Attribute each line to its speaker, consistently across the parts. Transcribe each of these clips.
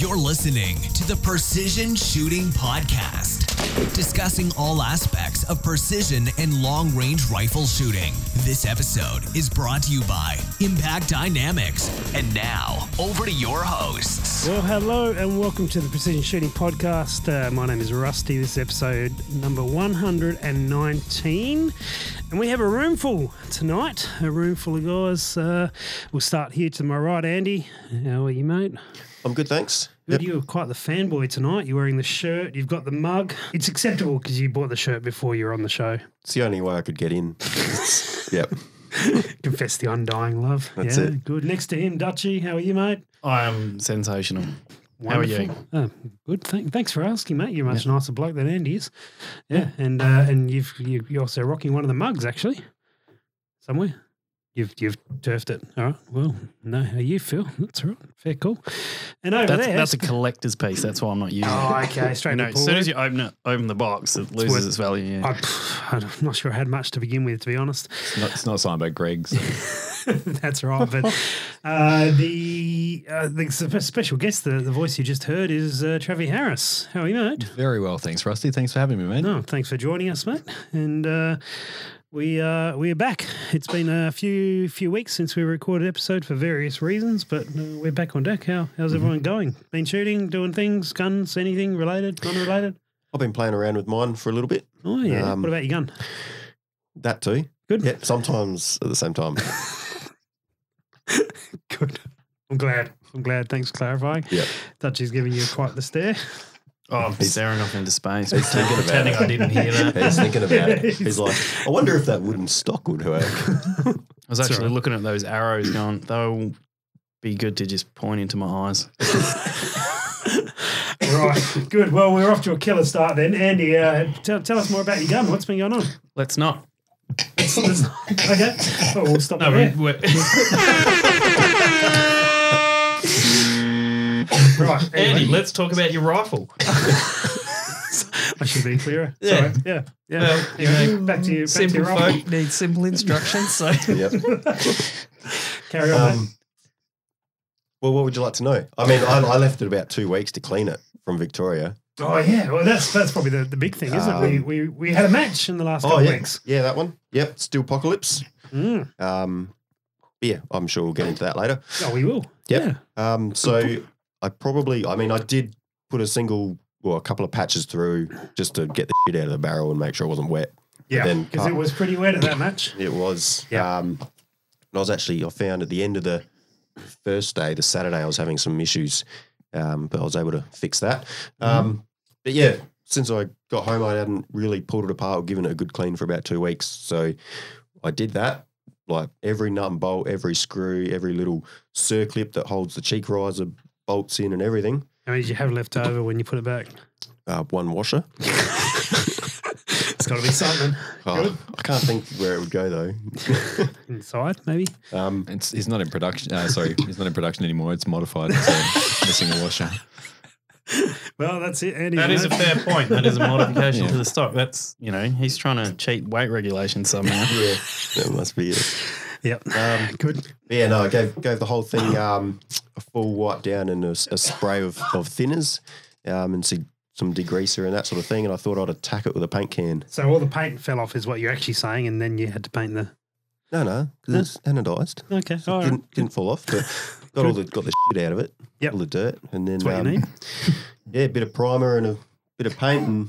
Speaker 1: You're listening to the Precision Shooting Podcast, discussing all aspects of precision and long range rifle shooting. This episode is brought to you by Impact Dynamics. And now, over to your hosts.
Speaker 2: Well, hello and welcome to the Precision Shooting Podcast. Uh, my name is Rusty. This is episode number 119. And we have a room full tonight, a room full of guys. Uh, we'll start here to my right, Andy. How are you, mate?
Speaker 3: I'm good, thanks.
Speaker 2: Good, You're quite the fanboy tonight. You're wearing the shirt, you've got the mug. It's acceptable because you bought the shirt before you were on the show.
Speaker 3: It's the only way I could get in. yep.
Speaker 2: Confess the undying love.
Speaker 3: That's
Speaker 2: yeah,
Speaker 3: it.
Speaker 2: good. Next to him, Dutchy. How are you, mate?
Speaker 4: I am sensational. How are you?
Speaker 2: Wonderful. Oh, good. Thank, thanks for asking, mate. You're a much nicer bloke than Andy is. Yeah, and uh, and you've you, you're also rocking one of the mugs actually, somewhere. You've you've turfed it. All right. Well, no, how you feel? That's all right. Fair call. And over
Speaker 4: That's,
Speaker 2: there,
Speaker 4: that's a collector's piece. That's why I'm not using
Speaker 2: oh,
Speaker 4: it.
Speaker 2: okay, straight
Speaker 4: You know,
Speaker 2: to
Speaker 4: as
Speaker 2: Paul.
Speaker 4: soon as you open it, open the box, it loses
Speaker 2: worth-
Speaker 4: its value. Yeah.
Speaker 2: I, pff, I'm not sure I had much to begin with, to be honest.
Speaker 5: not, it's not signed by Greg's.
Speaker 2: That's right. But uh, the uh, the spe- special guest, the, the voice you just heard, is uh, Travi Harris. How are you, mate?
Speaker 5: Very well, thanks, Rusty. Thanks for having me, man.
Speaker 2: No, thanks for joining us, mate. And uh, we uh, we are back. It's been a few few weeks since we recorded episode for various reasons, but uh, we're back on deck. How how's everyone going? Been shooting, doing things, guns, anything related, unrelated?
Speaker 3: I've been playing around with mine for a little bit.
Speaker 2: Oh yeah.
Speaker 3: Um,
Speaker 2: what about your gun?
Speaker 3: That too.
Speaker 2: Good.
Speaker 3: Yep. Sometimes at the same time.
Speaker 2: Good. I'm glad. I'm glad. Thanks for clarifying.
Speaker 3: Yep.
Speaker 2: Dutchie's giving you quite the stare.
Speaker 4: oh, I'm staring off into space.
Speaker 3: He's thinking about
Speaker 4: pretending
Speaker 3: it.
Speaker 4: I didn't hear that. I
Speaker 3: He's thinking about it. He's like, I wonder if that wooden stock would work.
Speaker 4: was
Speaker 2: It's
Speaker 4: actually
Speaker 2: alright.
Speaker 4: looking at those arrows going, they'll be good to just point into my eyes.
Speaker 2: right. Good. Well, we're off to a killer start then. Andy, uh, tell, tell us more about your gun. What's been going on?
Speaker 4: Let's not.
Speaker 2: okay. Oh, we'll stop
Speaker 4: No,
Speaker 2: there.
Speaker 4: we, we-
Speaker 2: Right.
Speaker 4: Andy, let's talk about your rifle.
Speaker 2: I should be clearer. Sorry.
Speaker 4: Yeah.
Speaker 2: Yeah. Yeah.
Speaker 4: Well, you know,
Speaker 2: back to you. Back to
Speaker 4: simple
Speaker 2: your role.
Speaker 4: folk need simple instructions. So
Speaker 3: Yep.
Speaker 2: Carry on. mate.
Speaker 3: Um, well, what would you like to know? I mean, I, I left it about two weeks to clean it from Victoria.
Speaker 2: oh yeah. Well, that's that's probably the, the big thing, isn't it?
Speaker 3: Um,
Speaker 2: We, we we had a match in the last couple
Speaker 3: Oh, yeah.
Speaker 2: weeks.
Speaker 3: Yeah, that one. Yep. Still apocalypse.
Speaker 2: Mm.
Speaker 3: Um, yeah, I'm sure we'll get into that later.
Speaker 2: Oh, we will.
Speaker 3: Yep.
Speaker 2: Yeah.
Speaker 3: Um, so I probably, I mean, I did put a single or a couple of patches through just to get the shit out of the barrel and make sure it wasn't wet.
Speaker 2: Yeah.
Speaker 3: Then-
Speaker 2: Because it was pretty wet at that match.
Speaker 3: It was.
Speaker 2: Yeah.
Speaker 3: Um, and I was actually, I found at the end of the first day, the Saturday, I was having some issues, um, but I was able to fix that. Um, but yeah, since I got home, I hadn't really pulled it apart or given it a good clean for about two weeks. So I did that. Like every nut and bolt, every screw, every little circlip that holds the cheek riser bolts in and everything.
Speaker 2: How many did you have left over when you put it back?
Speaker 3: Uh, one washer.
Speaker 2: It's got to be something
Speaker 3: Oh, I can't think where it would go though.
Speaker 2: inside, maybe.
Speaker 3: Um,
Speaker 5: It's, it's not in production. Uh, sorry, it's not in production anymore. It's modified. So missing a washer.
Speaker 2: Well, that's it, Andy.
Speaker 4: That
Speaker 2: you
Speaker 4: is a
Speaker 2: know.
Speaker 4: fair point. That is a modification
Speaker 5: Yeah.
Speaker 4: to the stock. That's you know he's trying to cheat weight regulation somehow.
Speaker 3: yeah, that must be it.
Speaker 2: Yep.
Speaker 3: Um,
Speaker 2: Good.
Speaker 3: but yeah, no, I gave gave the whole thing um, a full wipe down and a, s- a spray of, of thinners um, and see some degreaser and that sort of thing. And I thought I'd attack it with a paint can.
Speaker 2: So all the paint fell off, is what you're actually saying, and then you had to paint the.
Speaker 3: No, no, 'cause it's anodized.
Speaker 2: Okay.
Speaker 3: It
Speaker 2: All right.
Speaker 3: didn't, didn't fall off, but got all the got the shit out of it.
Speaker 2: Yep.
Speaker 3: all the dirt, and then
Speaker 2: That's what
Speaker 3: um,
Speaker 2: you need.
Speaker 3: yeah, a bit of primer and a bit of paint, and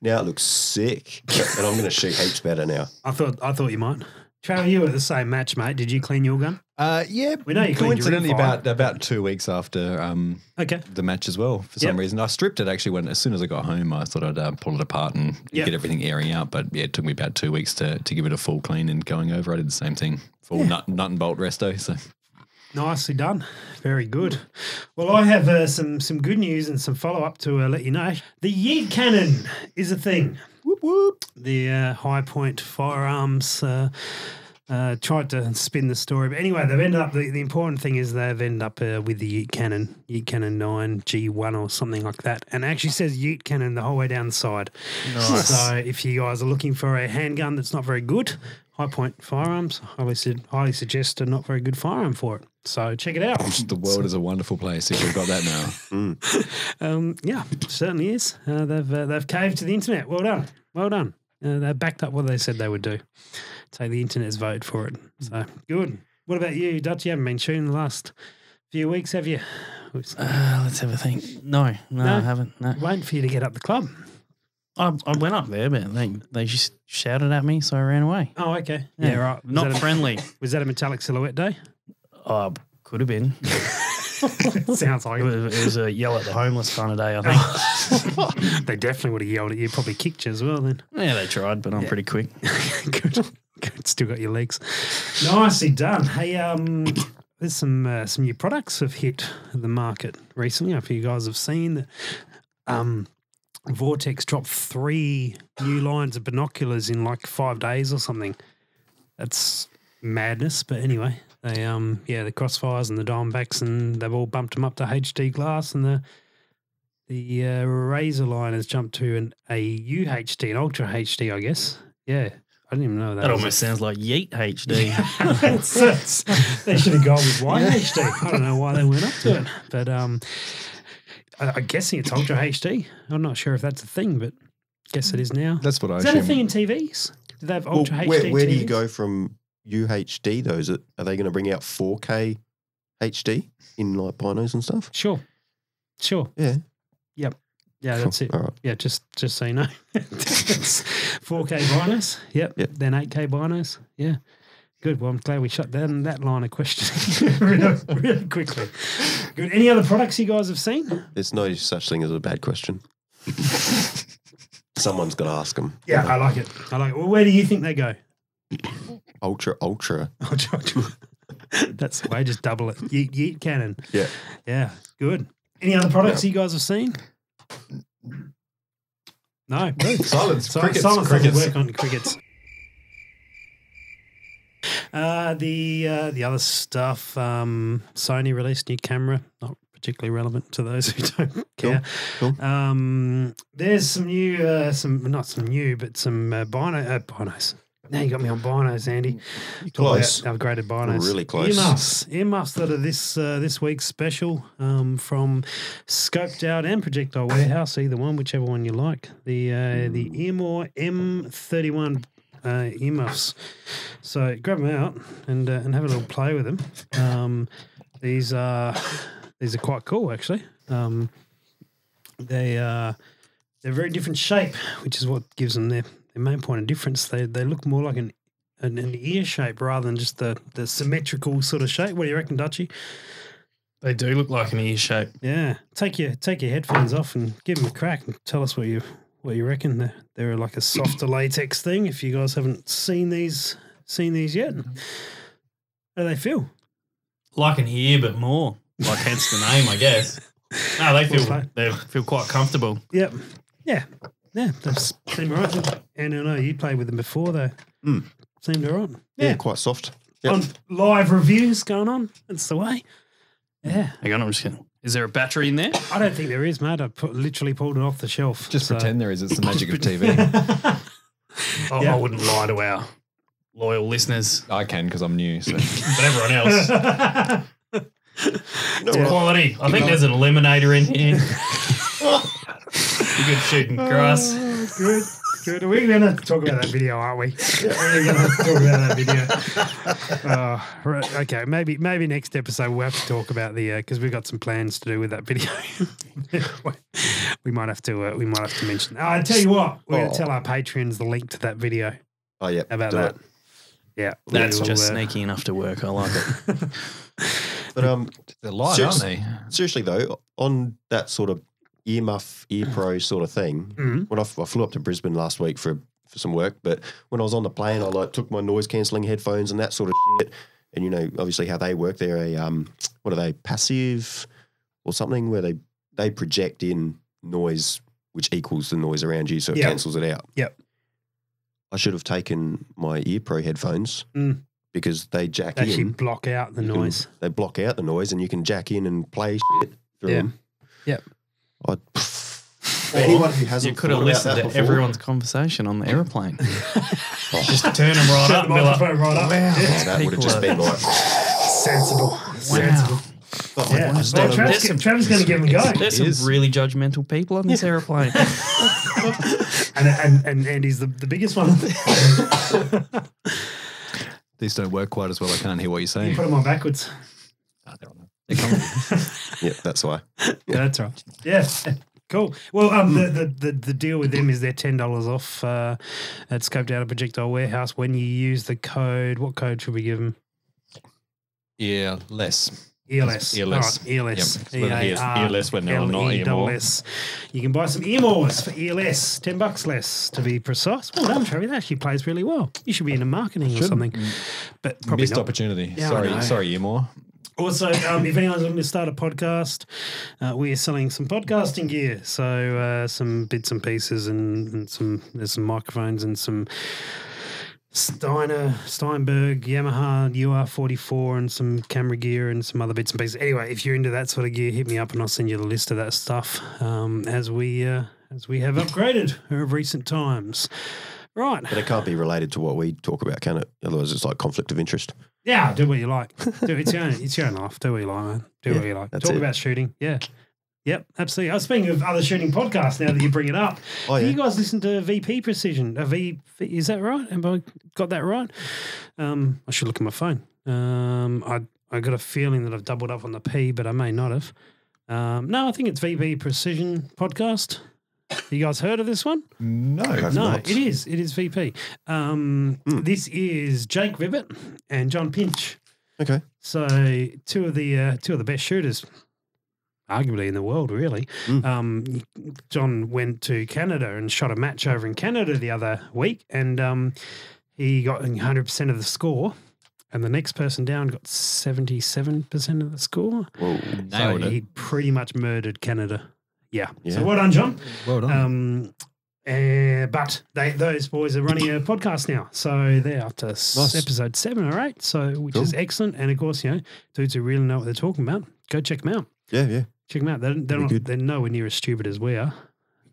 Speaker 3: now it looks sick. and I'm going to shoot heaps better now.
Speaker 2: I thought I thought you might. Trav, you were at the same match, mate. Did you clean your gun?
Speaker 5: Uh, yeah,
Speaker 2: We know you cleaned your
Speaker 5: coincidentally
Speaker 2: ring fire.
Speaker 5: about about two weeks after um,
Speaker 2: Okay.
Speaker 5: the match as well. For some
Speaker 2: Yep.
Speaker 5: reason, I stripped it actually when as soon as I got home. I thought I'd uh, pull it apart and
Speaker 2: Yep.
Speaker 5: get everything airing out. But yeah, it took me about two weeks to to give it a full clean and going over. I did the same thing. Full nut, nut and bolt resto. So
Speaker 2: Nicely done. Very good. Well, I have uh, some some good news and some follow up to uh, let you know. The yeet cannon is a thing.
Speaker 3: Whoop whoop.
Speaker 2: The uh, High Point Firearms uh, uh, tried to spin the story, but anyway, they've ended up. The, the important thing is they've ended up uh, with the yeet cannon, yeet cannon nine G one or something like that, and it actually says yeet cannon the whole way down the side. So if you guys are looking for a handgun that's not very good, High Point Firearms. Highly, su- highly suggest a not very good firearm for it. So check it out.
Speaker 5: The world is a wonderful place if you've got that now.
Speaker 2: Um, yeah, certainly is. Uh, they've uh, they've caved to the internet. Well done. Well done. Uh, they backed up what they said they would do. Take the internet's vote for it. So good. What about you, Dutch? You haven't been shooting the last few weeks, have you? It's
Speaker 4: Uh, let's have a think. No, no,
Speaker 2: No?
Speaker 4: I haven't. No.
Speaker 2: waiting for you to get up the club.
Speaker 4: I, I went up there, but they, they just shouted at me, so I ran away.
Speaker 2: Oh, okay. Yeah, right. Was,
Speaker 4: Not
Speaker 2: that a,
Speaker 4: friendly.
Speaker 2: was that a metallic silhouette day?
Speaker 4: Oh, could have been.
Speaker 2: Sounds like
Speaker 4: It
Speaker 2: it.
Speaker 4: was, it was a yell at the homeless kind of day, I think.
Speaker 2: They definitely would have yelled at you. Probably kicked you as well then.
Speaker 4: yeah, they tried, but I'm pretty quick.
Speaker 2: good. good. Still got your legs. Nicely done. Hey, um, there's some uh, some new products have hit the market recently. I don't know if you guys have seen that. Um, Vortex dropped three new lines of binoculars in like five days or something. That's madness. But anyway, they um yeah the crossfires and the Dimebacks and they've all bumped them up to HD glass and the the uh, Razor line has jumped to an a UHD an Ultra HD I guess. Yeah, I didn't even know that.
Speaker 4: That
Speaker 2: was-
Speaker 4: almost sounds like Yeet HD.
Speaker 2: It's- it's- they should have gone with wide HD. I don't know why they went up to it, but um, I, I'm guessing it's Ultra HD. I'm not sure if that's a thing, but guess it is now.
Speaker 5: That's what I
Speaker 2: Is that a
Speaker 5: assume.
Speaker 2: thing in TVs? Do they have
Speaker 3: Well,
Speaker 2: Ultra
Speaker 3: where,
Speaker 2: HD?
Speaker 3: where do
Speaker 2: TVs?
Speaker 3: you go from UHD though? Is it, are they going to bring out 4K HD in like binos and stuff?
Speaker 2: Sure, sure.
Speaker 3: Yeah.
Speaker 2: Yep. Yeah, that's it.
Speaker 3: All right.
Speaker 2: Yeah, just just so you know, It's 4K binos. Yep.
Speaker 3: Yep.
Speaker 2: Then 8K binos. Yeah. Good. Well, I'm glad we shut down that line of questioning really, really quickly. Good. Any other products you guys have seen?
Speaker 3: There's no such thing as a bad question. Someone's got to ask them.
Speaker 2: Yeah, I like it. I like it. Well, where do you think they go?
Speaker 3: Ultra, ultra.
Speaker 2: That's the way. Just double it. Yeet, yeet cannon.
Speaker 3: Yeah.
Speaker 2: Yeah. Good. Any other products you guys have seen? No.
Speaker 3: Silence.
Speaker 2: Si- silence doesn't work on crickets. Uh, the uh, the other stuff, um, Sony released new camera, not particularly relevant to those who don't care.
Speaker 3: cool.
Speaker 2: Um, there's some new, uh, some not some new, but some uh, bino, uh, binos. Now you got me on binos, Andy. Talk
Speaker 3: Close.
Speaker 2: about Upgraded binos.
Speaker 3: Really close.
Speaker 2: Earmuffs. Earmuffs that are this uh, this week's special um, from Scoped Out and Projectile Warehouse, either one, whichever one you like. The uh, the
Speaker 3: Hmm.
Speaker 2: Earmore M31 uh, earmuffs. So grab them out and uh, and have a little play with them. Um, these are these are quite cool actually. Um, they are they're very different shape, which is what gives them their, their main point of difference. They they look more like an an, an ear shape rather than just the, the symmetrical sort of shape. What do you reckon, Dutchy?
Speaker 4: they do look like an ear shape.
Speaker 2: Yeah, take your take your headphones off and give them a crack and tell us what you what you reckon. They're, they're like a softer latex thing. If you guys haven't seen these seen these yet,
Speaker 3: Mm-hmm.
Speaker 2: how do they feel?
Speaker 4: Like an ear, but more. Like hence the name, I guess. No, they feel
Speaker 2: Okay.
Speaker 4: they feel quite comfortable.
Speaker 2: Yep. Yeah. Yeah. They seem right. And I know you played with them before though.
Speaker 3: Mm.
Speaker 2: Seemed all right.
Speaker 3: Yeah, quite soft. Yep.
Speaker 2: on live reviews going on. That's the way. Yeah,
Speaker 4: Hang on, I'm just kidding. Is there a battery in there?
Speaker 2: I don't think there is, mate. I put, literally pulled it off the shelf.
Speaker 5: Just
Speaker 2: so-
Speaker 5: pretend there is. It's the magic of TV.
Speaker 4: Oh,
Speaker 2: Yeah.
Speaker 4: I wouldn't lie to our loyal listeners,
Speaker 5: I can because I'm new. So.
Speaker 4: but everyone else.
Speaker 3: You know what?
Speaker 4: Quality. I think there's an eliminator in here. You're good shooting grass.
Speaker 2: Good, good. We're going to talk about that video, aren't we? We're going to talk about that video. Uh, right, okay, maybe maybe next episode we'll have to talk about the because we've got some plans to do with that video. we might have to uh, we might have to mention. Oh, I tell you what, we're going
Speaker 3: Oh.
Speaker 2: to tell our patrons the link to that video.
Speaker 3: Oh, yeah.
Speaker 2: How about
Speaker 3: do
Speaker 2: that?
Speaker 3: it.
Speaker 2: Yeah,
Speaker 4: That's
Speaker 2: we'll,
Speaker 4: just
Speaker 2: uh,
Speaker 4: sneaky enough to work. I like it.
Speaker 3: But um,
Speaker 5: They're live,
Speaker 3: Seriously.
Speaker 5: aren't they?
Speaker 3: seriously though, on that sort of earmuff, ear pro sort of thing,
Speaker 2: Mhm.
Speaker 3: when I, f- I flew up to Brisbane last week for for some work, but when I was on the plane, I like took my noise cancelling headphones and that sort of shit. And you know, obviously how they work, they're a um, what are they, passive or something where they they project in noise which equals the noise around you, so it
Speaker 2: Yeah.
Speaker 3: cancels it out.
Speaker 2: Yep.
Speaker 3: I should have taken my ear pro headphones
Speaker 2: Mm.
Speaker 3: because they jack
Speaker 2: actually
Speaker 3: in,
Speaker 2: block out the
Speaker 3: You can-
Speaker 2: noise.
Speaker 3: they block out the noise, and you can jack in and play shit through
Speaker 2: Yeah.
Speaker 3: them.
Speaker 2: Yep.
Speaker 3: I, For anyone who hasn't
Speaker 4: You could have
Speaker 3: thought about
Speaker 4: listened
Speaker 3: that
Speaker 4: to
Speaker 3: before,
Speaker 4: everyone's conversation on the airplane. Just turn them right up,
Speaker 2: Shut the
Speaker 4: Miller.
Speaker 2: microphone right up.
Speaker 3: oh, that would have just been like,
Speaker 2: Sensible. Sensible.
Speaker 3: but
Speaker 2: Yeah.
Speaker 3: like,
Speaker 2: Well, Travis,
Speaker 4: Listen.
Speaker 2: Travis is going to give him a go.
Speaker 4: There's some really judgmental people on this airplane.
Speaker 2: And, and, and Andy's the, the biggest one.
Speaker 5: These don't work quite as well. I can't hear what you're
Speaker 2: You
Speaker 5: saying.
Speaker 2: put him on backwards.
Speaker 3: yeah, that's why.
Speaker 2: Yeah, that's right. Yeah. Cool. Well, um, the, the, the, the deal with them is they're ten dollars off uh, at Scoped Out a Projectile Warehouse when you use the code. What code should we give them?
Speaker 5: Yeah, less.
Speaker 2: ELS.
Speaker 5: ELS.
Speaker 2: All right, E ELS.
Speaker 5: Yep. It's whether he is
Speaker 2: E
Speaker 5: ELS when they're not EMOR.
Speaker 2: ELS. You can buy some EMORs for E ELS. 10 bucks less, to be precise. Well done, Travis. That actually plays really well. You should be into marketing or something. But probably
Speaker 5: Missed
Speaker 2: not.
Speaker 5: opportunity.
Speaker 2: Yeah, I know.
Speaker 5: sorry, sorry, Emor.
Speaker 2: Also, um, if anyone's looking to start a podcast, uh, we are selling some podcasting gear. So, uh, some bits and pieces, and, and some there's some microphones and some Steiner, Steinberg, Yamaha UR44, and some camera gear and some other bits and pieces. Anyway, if you're into that sort of gear, hit me up and I'll send you the list of that stuff um, as we uh, as we have upgraded of recent times. Right.
Speaker 3: But it can't be related to what we talk about, can it? Otherwise, it's like conflict of interest.
Speaker 2: Yeah, do what you like. Do it's your own, it's your own life. Do what you like, man. Do what you like.
Speaker 3: that's
Speaker 2: Talk
Speaker 3: it.
Speaker 2: about shooting. Yeah. Yep, absolutely. I was speaking of other shooting podcasts now that you bring it up.
Speaker 3: Oh,
Speaker 2: Do
Speaker 3: yeah.
Speaker 2: You guys listen to VP Precision. A V is that right? Have I got that right? Um, I should look at my phone. Um, I I got a feeling that I've doubled up on the P, but I may not have. Um, no, I think it's VP Precision podcast. You guys heard of this one?
Speaker 3: No,
Speaker 2: No, it is. It is VP. Um,
Speaker 3: Hmm.
Speaker 2: This is Jake Vibbett and John Pinch.
Speaker 3: Okay.
Speaker 2: So two of the uh, two of the best shooters, arguably in the world, really.
Speaker 3: Mm.
Speaker 2: Um, John went to Canada and shot a match over in Canada the other week, and um, he got 100 percent of the score. And the next person down got 77% of the score.
Speaker 3: Whoa.
Speaker 5: Nailed
Speaker 2: so
Speaker 5: it.
Speaker 2: he pretty much murdered Canada. Yeah.
Speaker 3: Yeah.
Speaker 2: So well done, John.
Speaker 5: Well done.
Speaker 2: Um, eh, but they, those boys are running a podcast now, so they're up to s-
Speaker 3: Nice.
Speaker 2: episode seven or eight, so which
Speaker 3: Cool.
Speaker 2: is excellent. And of course, you know, dudes who really know what they're talking about, go check them out.
Speaker 3: Yeah, yeah.
Speaker 2: Check them out. They're, they're,
Speaker 3: Very
Speaker 2: not,
Speaker 3: good.
Speaker 2: they're nowhere near as stupid as we are,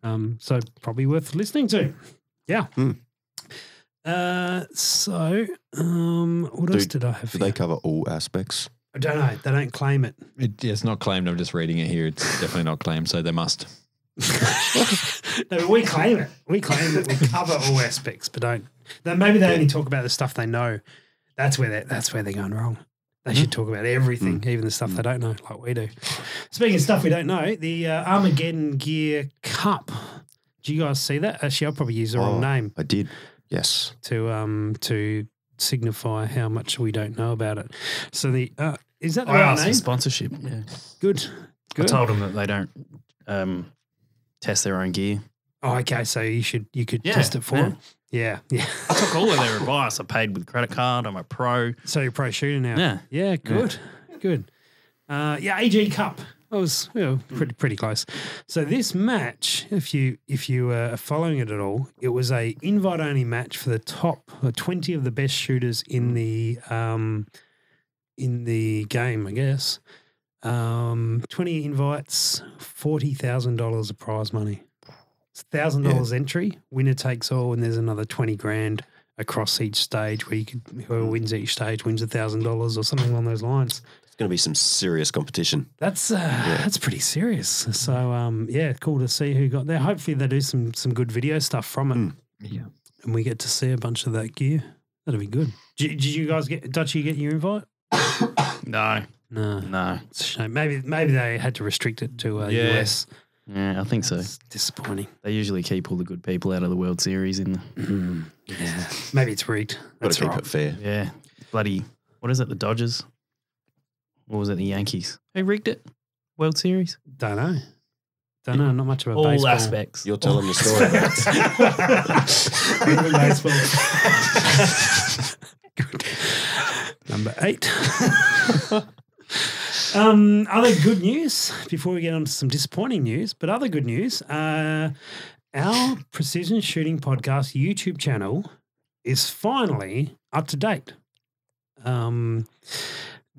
Speaker 2: um, so probably worth listening to. Yeah.
Speaker 3: Hmm.
Speaker 2: Uh, so um, what else
Speaker 3: Do-
Speaker 2: did I have?
Speaker 3: Do
Speaker 2: For
Speaker 3: they
Speaker 2: you?
Speaker 3: cover all aspects?
Speaker 2: I don't know. They don't claim it.
Speaker 5: It, yeah, it's not claimed. I'm just reading it here. It's definitely not claimed, so they must.
Speaker 2: No, but we claim it. We claim that we cover all aspects, but don't. Then maybe they only talk about the stuff they know. That's where they that's where they're going wrong. They should talk about everything, even the stuff they don't know, like we do. Speaking of stuff we don't know, the uh, Armageddon Gear Cup. Do you guys see that? Actually, I'll probably use the wrong
Speaker 3: Oh.
Speaker 2: name
Speaker 3: I did. Yes.
Speaker 2: to um to signify how much we don't know about it. So the uh, is that the
Speaker 4: I
Speaker 2: right
Speaker 4: asked for
Speaker 2: name?
Speaker 4: sponsorship. Yeah.
Speaker 2: Good.
Speaker 4: I
Speaker 2: Good.
Speaker 4: told them that they don't um, test their own gear.
Speaker 2: Oh, okay. So you should you could
Speaker 4: Yeah,
Speaker 2: test it for
Speaker 4: yeah.
Speaker 2: 'em. Yeah, yeah.
Speaker 4: I took all of their advice. I paid with credit card. I'm a pro.
Speaker 2: So you're pro shooter now.
Speaker 4: Yeah.
Speaker 2: Yeah, good, good. Uh, yeah, AG Cup. That was you know, pretty pretty close. So this match, if you if you uh, are following it at all, it was a invite only match for the top uh, twenty of the best shooters in the um, in the game, I guess. Um, twenty invites, forty thousand dollars of prize money. It's thousand dollars entry, winner takes all, and there's another twenty grand across each stage where you could whoever
Speaker 4: Hmm.
Speaker 2: wins each stage wins a thousand dollars or something along those lines.
Speaker 3: It's going to be some serious competition.
Speaker 2: That's uh, that's pretty serious. So um, yeah, cool to see who got there. Hopefully they do some some good video stuff from it.
Speaker 4: Hmm.
Speaker 5: Yeah.
Speaker 2: and we get to see a bunch of that gear. That'll be good. Did, did you guys get Dutchie get your invite?
Speaker 4: No,
Speaker 2: No,
Speaker 4: no.
Speaker 2: it's a shame. Maybe maybe they had to restrict it to uh,
Speaker 4: Yeah.
Speaker 2: US.
Speaker 4: Yeah, I think so.
Speaker 2: It's disappointing.
Speaker 4: They usually keep all the good people out of the World Series in the. Mm.
Speaker 2: Yeah, maybe it's rigged.
Speaker 3: Got
Speaker 2: That's
Speaker 3: to keep
Speaker 2: right.
Speaker 3: it fair.
Speaker 4: Yeah. Bloody. What is it? The Dodgers? Or was it the Yankees? Who rigged it? World Series?
Speaker 2: Don't know. Don't know. Not much about
Speaker 4: All
Speaker 2: baseball.
Speaker 4: aspects.
Speaker 3: You're telling
Speaker 2: Oh.
Speaker 3: the story. about it.
Speaker 2: Even baseball. Good. Number eight. um, other good news before we get on to some disappointing news, but other good news. Uh, our Precision Shooting Podcast YouTube channel is finally up to date. Um,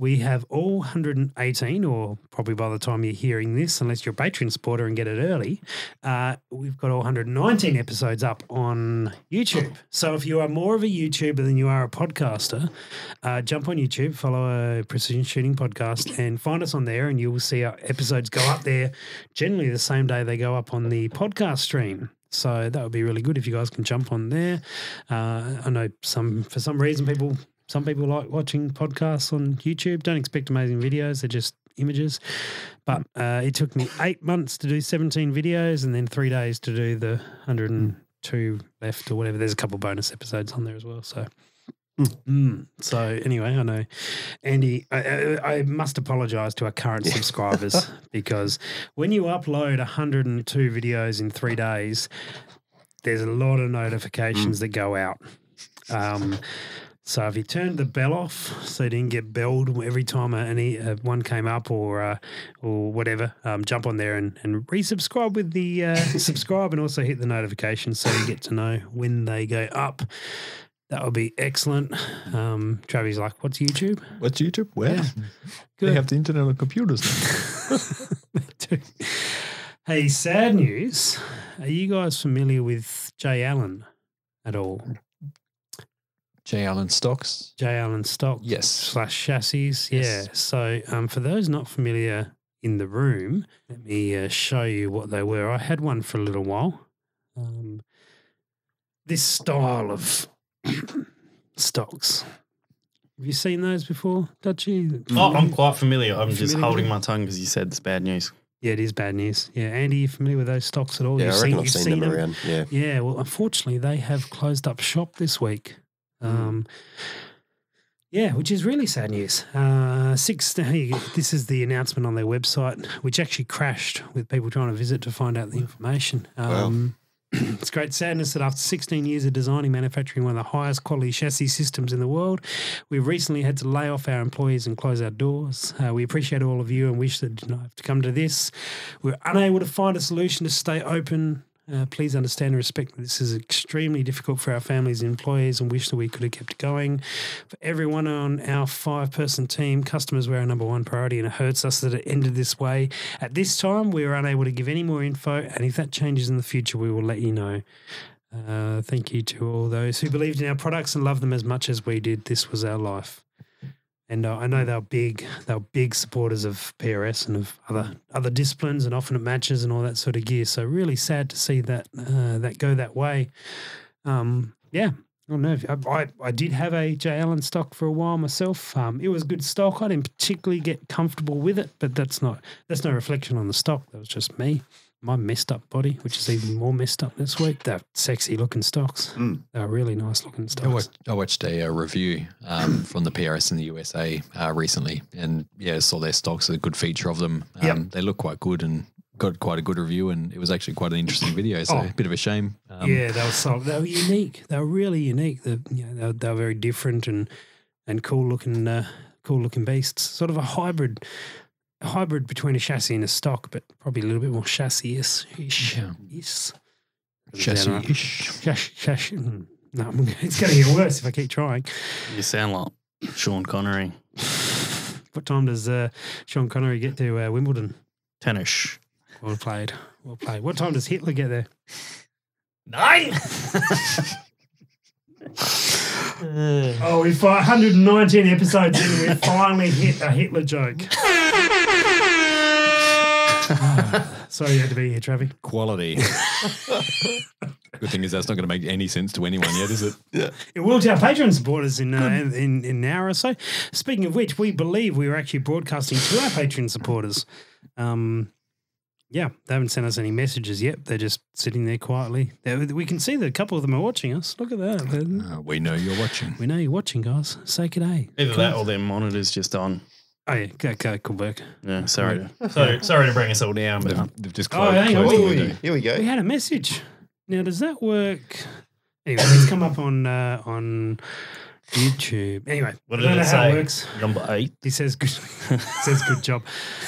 Speaker 2: We have all 118, or probably by the time you're hearing this, unless you're a Patreon supporter and get it early, uh, we've got all 119 episodes up on YouTube. So if you are more of a YouTuber than you are a podcaster, uh, jump on YouTube, follow a Precision Shooting podcast, and find us on there, and you will see our episodes go up there generally the same day they go up on the podcast stream. So that would be really good if you guys can jump on there. Uh, I know some for some reason people some people like watching podcasts on YouTube. Don't expect amazing videos; they're just images. But uh, it took me eight months to do seventeen videos, and then three days to do the hundred and two left or whatever. There's a couple bonus episodes on there as well. So. Mm. So anyway, I know Andy. I, I, I must apologise to our current subscribers because when you upload 102 videos in three days, there's a lot of notifications that go out. Um, so if you turned the bell off, so you didn't get belled every time any uh, one came up or uh, or whatever, um, jump on there and, and resubscribe with the uh, subscribe and also hit the notification so you get to know when they go up. That would be excellent. Um, Travis like, what's YouTube?
Speaker 5: What's YouTube? Where?
Speaker 2: Yeah.
Speaker 5: They have the internet on computers now.
Speaker 2: hey, sad news. Are you guys familiar with Jay Allen at all?
Speaker 5: J. Allen Stocks.
Speaker 2: Jay Allen stock
Speaker 5: Yes.
Speaker 2: slash chassis. Yeah.
Speaker 5: Yes.
Speaker 2: So um, for those not familiar in the room, let me uh, show you what they were. I had one for a little while. Um, this style of stocks. Have you seen those before, Dutchie?
Speaker 4: Oh, I'm quite familiar. I'm just
Speaker 2: Familiar?
Speaker 4: holding my tongue because you said it's bad news.
Speaker 2: Yeah, it is bad news. Yeah, Andy, you familiar with those stocks at all?
Speaker 3: Yeah,
Speaker 2: You've
Speaker 3: I reckon I've
Speaker 2: you've
Speaker 3: seen, them around. Yeah.
Speaker 2: Yeah, well, unfortunately, they have closed up shop this week.
Speaker 3: Hmm.
Speaker 2: Um, Yeah, which is really sad news. Uh, six. This is the announcement on their website, which actually crashed with people trying to visit to find out the information. Um, It's great sadness that after 16 years of designing, manufacturing one of the highest quality chassis systems in the world, we've recently had to lay off our employees and close our doors. Uh, we appreciate all of you and wish that it did not have to come to this. We're unable to find a solution to stay open. Uh, please understand and respect that this is extremely difficult for our families and employees and wish that we could have kept going. For everyone on our five person team, customers were our number one priority and it hurts us that it ended this way. At this time, we are unable to give any more info and if that changes in the future, we will let you know. Uh, thank you to all those who believed in our products and loved them as much as we did. This was our life. And uh, I know they're big, they're big supporters of PRS and of other other disciplines, and often at matches and all that sort of gear. So really sad to see that uh, that go that way. Um, yeah, I don't know. If, I, I I did have a J Allen stock for a while myself. Um, it was good stock. I didn't particularly get comfortable with it, but that's not that's no reflection on the stock. That was just me, my messed up body, which is even more messed up this week. They're sexy looking stocks.
Speaker 3: Mm.
Speaker 2: They're really nice looking
Speaker 5: I
Speaker 2: stocks.
Speaker 5: watched, I watched a, uh review um, from the PRS in the USA uh, recently, and yeah, saw their stocks. A good feature of them. Um,
Speaker 2: Yep.
Speaker 5: They look quite good and got quite a good review, and it was actually quite an interesting video. So
Speaker 2: Oh.
Speaker 5: a bit of a shame. Um,
Speaker 2: yeah, they were solid. They were unique. They were really unique. The, you know, they, were, they were very different and and cool looking, uh, cool looking beasts. Sort of a hybrid, hybrid between a chassis and a stock, but probably a little bit more chassis ish.
Speaker 5: Yeah.
Speaker 2: Yes.
Speaker 5: Chassis-ish.
Speaker 2: Chassis. chassis.
Speaker 5: hmm.
Speaker 2: mm. No, I'm- it's going to get worse if I keep trying.
Speaker 4: You sound like Sean Connery.
Speaker 2: What time does uh, Sean Connery get to uh, Wimbledon?
Speaker 4: Tennis.
Speaker 2: Well played. Well played. What time does Hitler get there?
Speaker 4: Nine.
Speaker 2: Oh, we fi- 119 episodes in, we finally hit a Hitler joke. Ah, Sorry you had to be here, Travi.
Speaker 5: Quality. good thing is that's not going to make any sense to anyone yet, is it?
Speaker 2: It will to our Patreon supporters in, uh, in, in an hour or so. Speaking of which, we believe we were actually broadcasting to our Patreon supporters. Um, yeah, they haven't sent us any messages yet. They're just sitting there quietly. They- we can see that a couple of them are watching us. Look at that. They're-
Speaker 5: Uh, we know you're watching.
Speaker 2: We know you're watching, guys. Say good day.
Speaker 4: Either that or their monitor's just on.
Speaker 2: Oh, yeah. Okay, okay, cool work.
Speaker 4: Yeah, sorry. So, sorry to bring us all down, but
Speaker 5: They've, they've just
Speaker 2: Oh,
Speaker 5: closed,
Speaker 2: hang on.
Speaker 5: closed the
Speaker 2: Oi.
Speaker 5: window.
Speaker 3: Here we go.
Speaker 2: We had a message. Now, does that work? Anyway, it's come up on uh, on YouTube. Anyway,
Speaker 4: What
Speaker 2: I
Speaker 4: did
Speaker 2: don't
Speaker 4: it
Speaker 2: know how
Speaker 4: say?
Speaker 2: it works.
Speaker 4: number eight.
Speaker 2: He says good. says good job.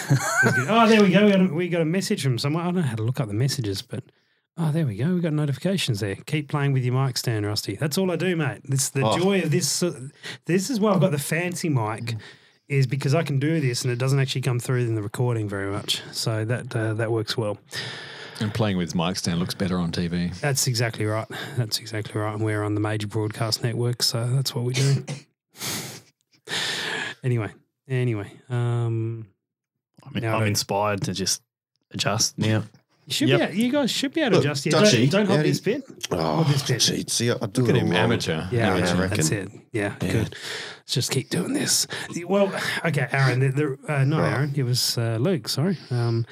Speaker 2: Says good- Oh, there we go. We got, a, we got a message from someone. I don't know how to look up the messages, but oh, there we go. We got notifications there. Keep playing with your mic stand, Rusty. That's all I do, mate. It's the
Speaker 3: Oh.
Speaker 4: Mm.
Speaker 2: joy of this. uh, This is why I've got the fancy mic. is because I can do this and it doesn't actually come through in the recording very much. So that uh, that works well.
Speaker 5: And playing with mic stand looks better on TV.
Speaker 2: That's exactly right. That's exactly right. And we're on the major broadcast network, so that's what we do. anyway, anyway, um,
Speaker 4: I mean,
Speaker 2: No,
Speaker 4: I'm
Speaker 2: no.
Speaker 4: inspired to just adjust now.
Speaker 2: you should
Speaker 4: Yep.
Speaker 2: be, a- you guys should be able to
Speaker 3: Look,
Speaker 2: adjust. here.
Speaker 3: Dutchy,
Speaker 2: don't, don't hold
Speaker 3: how do
Speaker 2: this bit.
Speaker 3: Oh,
Speaker 2: this bit.
Speaker 3: gee, see, I I do
Speaker 5: Look at
Speaker 3: it
Speaker 5: him,
Speaker 3: all wrong.
Speaker 5: amateur.
Speaker 2: Yeah,
Speaker 3: Yeah, I
Speaker 2: yeah that's it.
Speaker 3: reckon.
Speaker 2: Yeah,
Speaker 3: Yeah.
Speaker 2: good. Let's just keep doing this. The- Well, okay, Aaron. The, the, uh, not
Speaker 3: Right.
Speaker 2: Aaron. It was uh, Luke. Sorry. Um,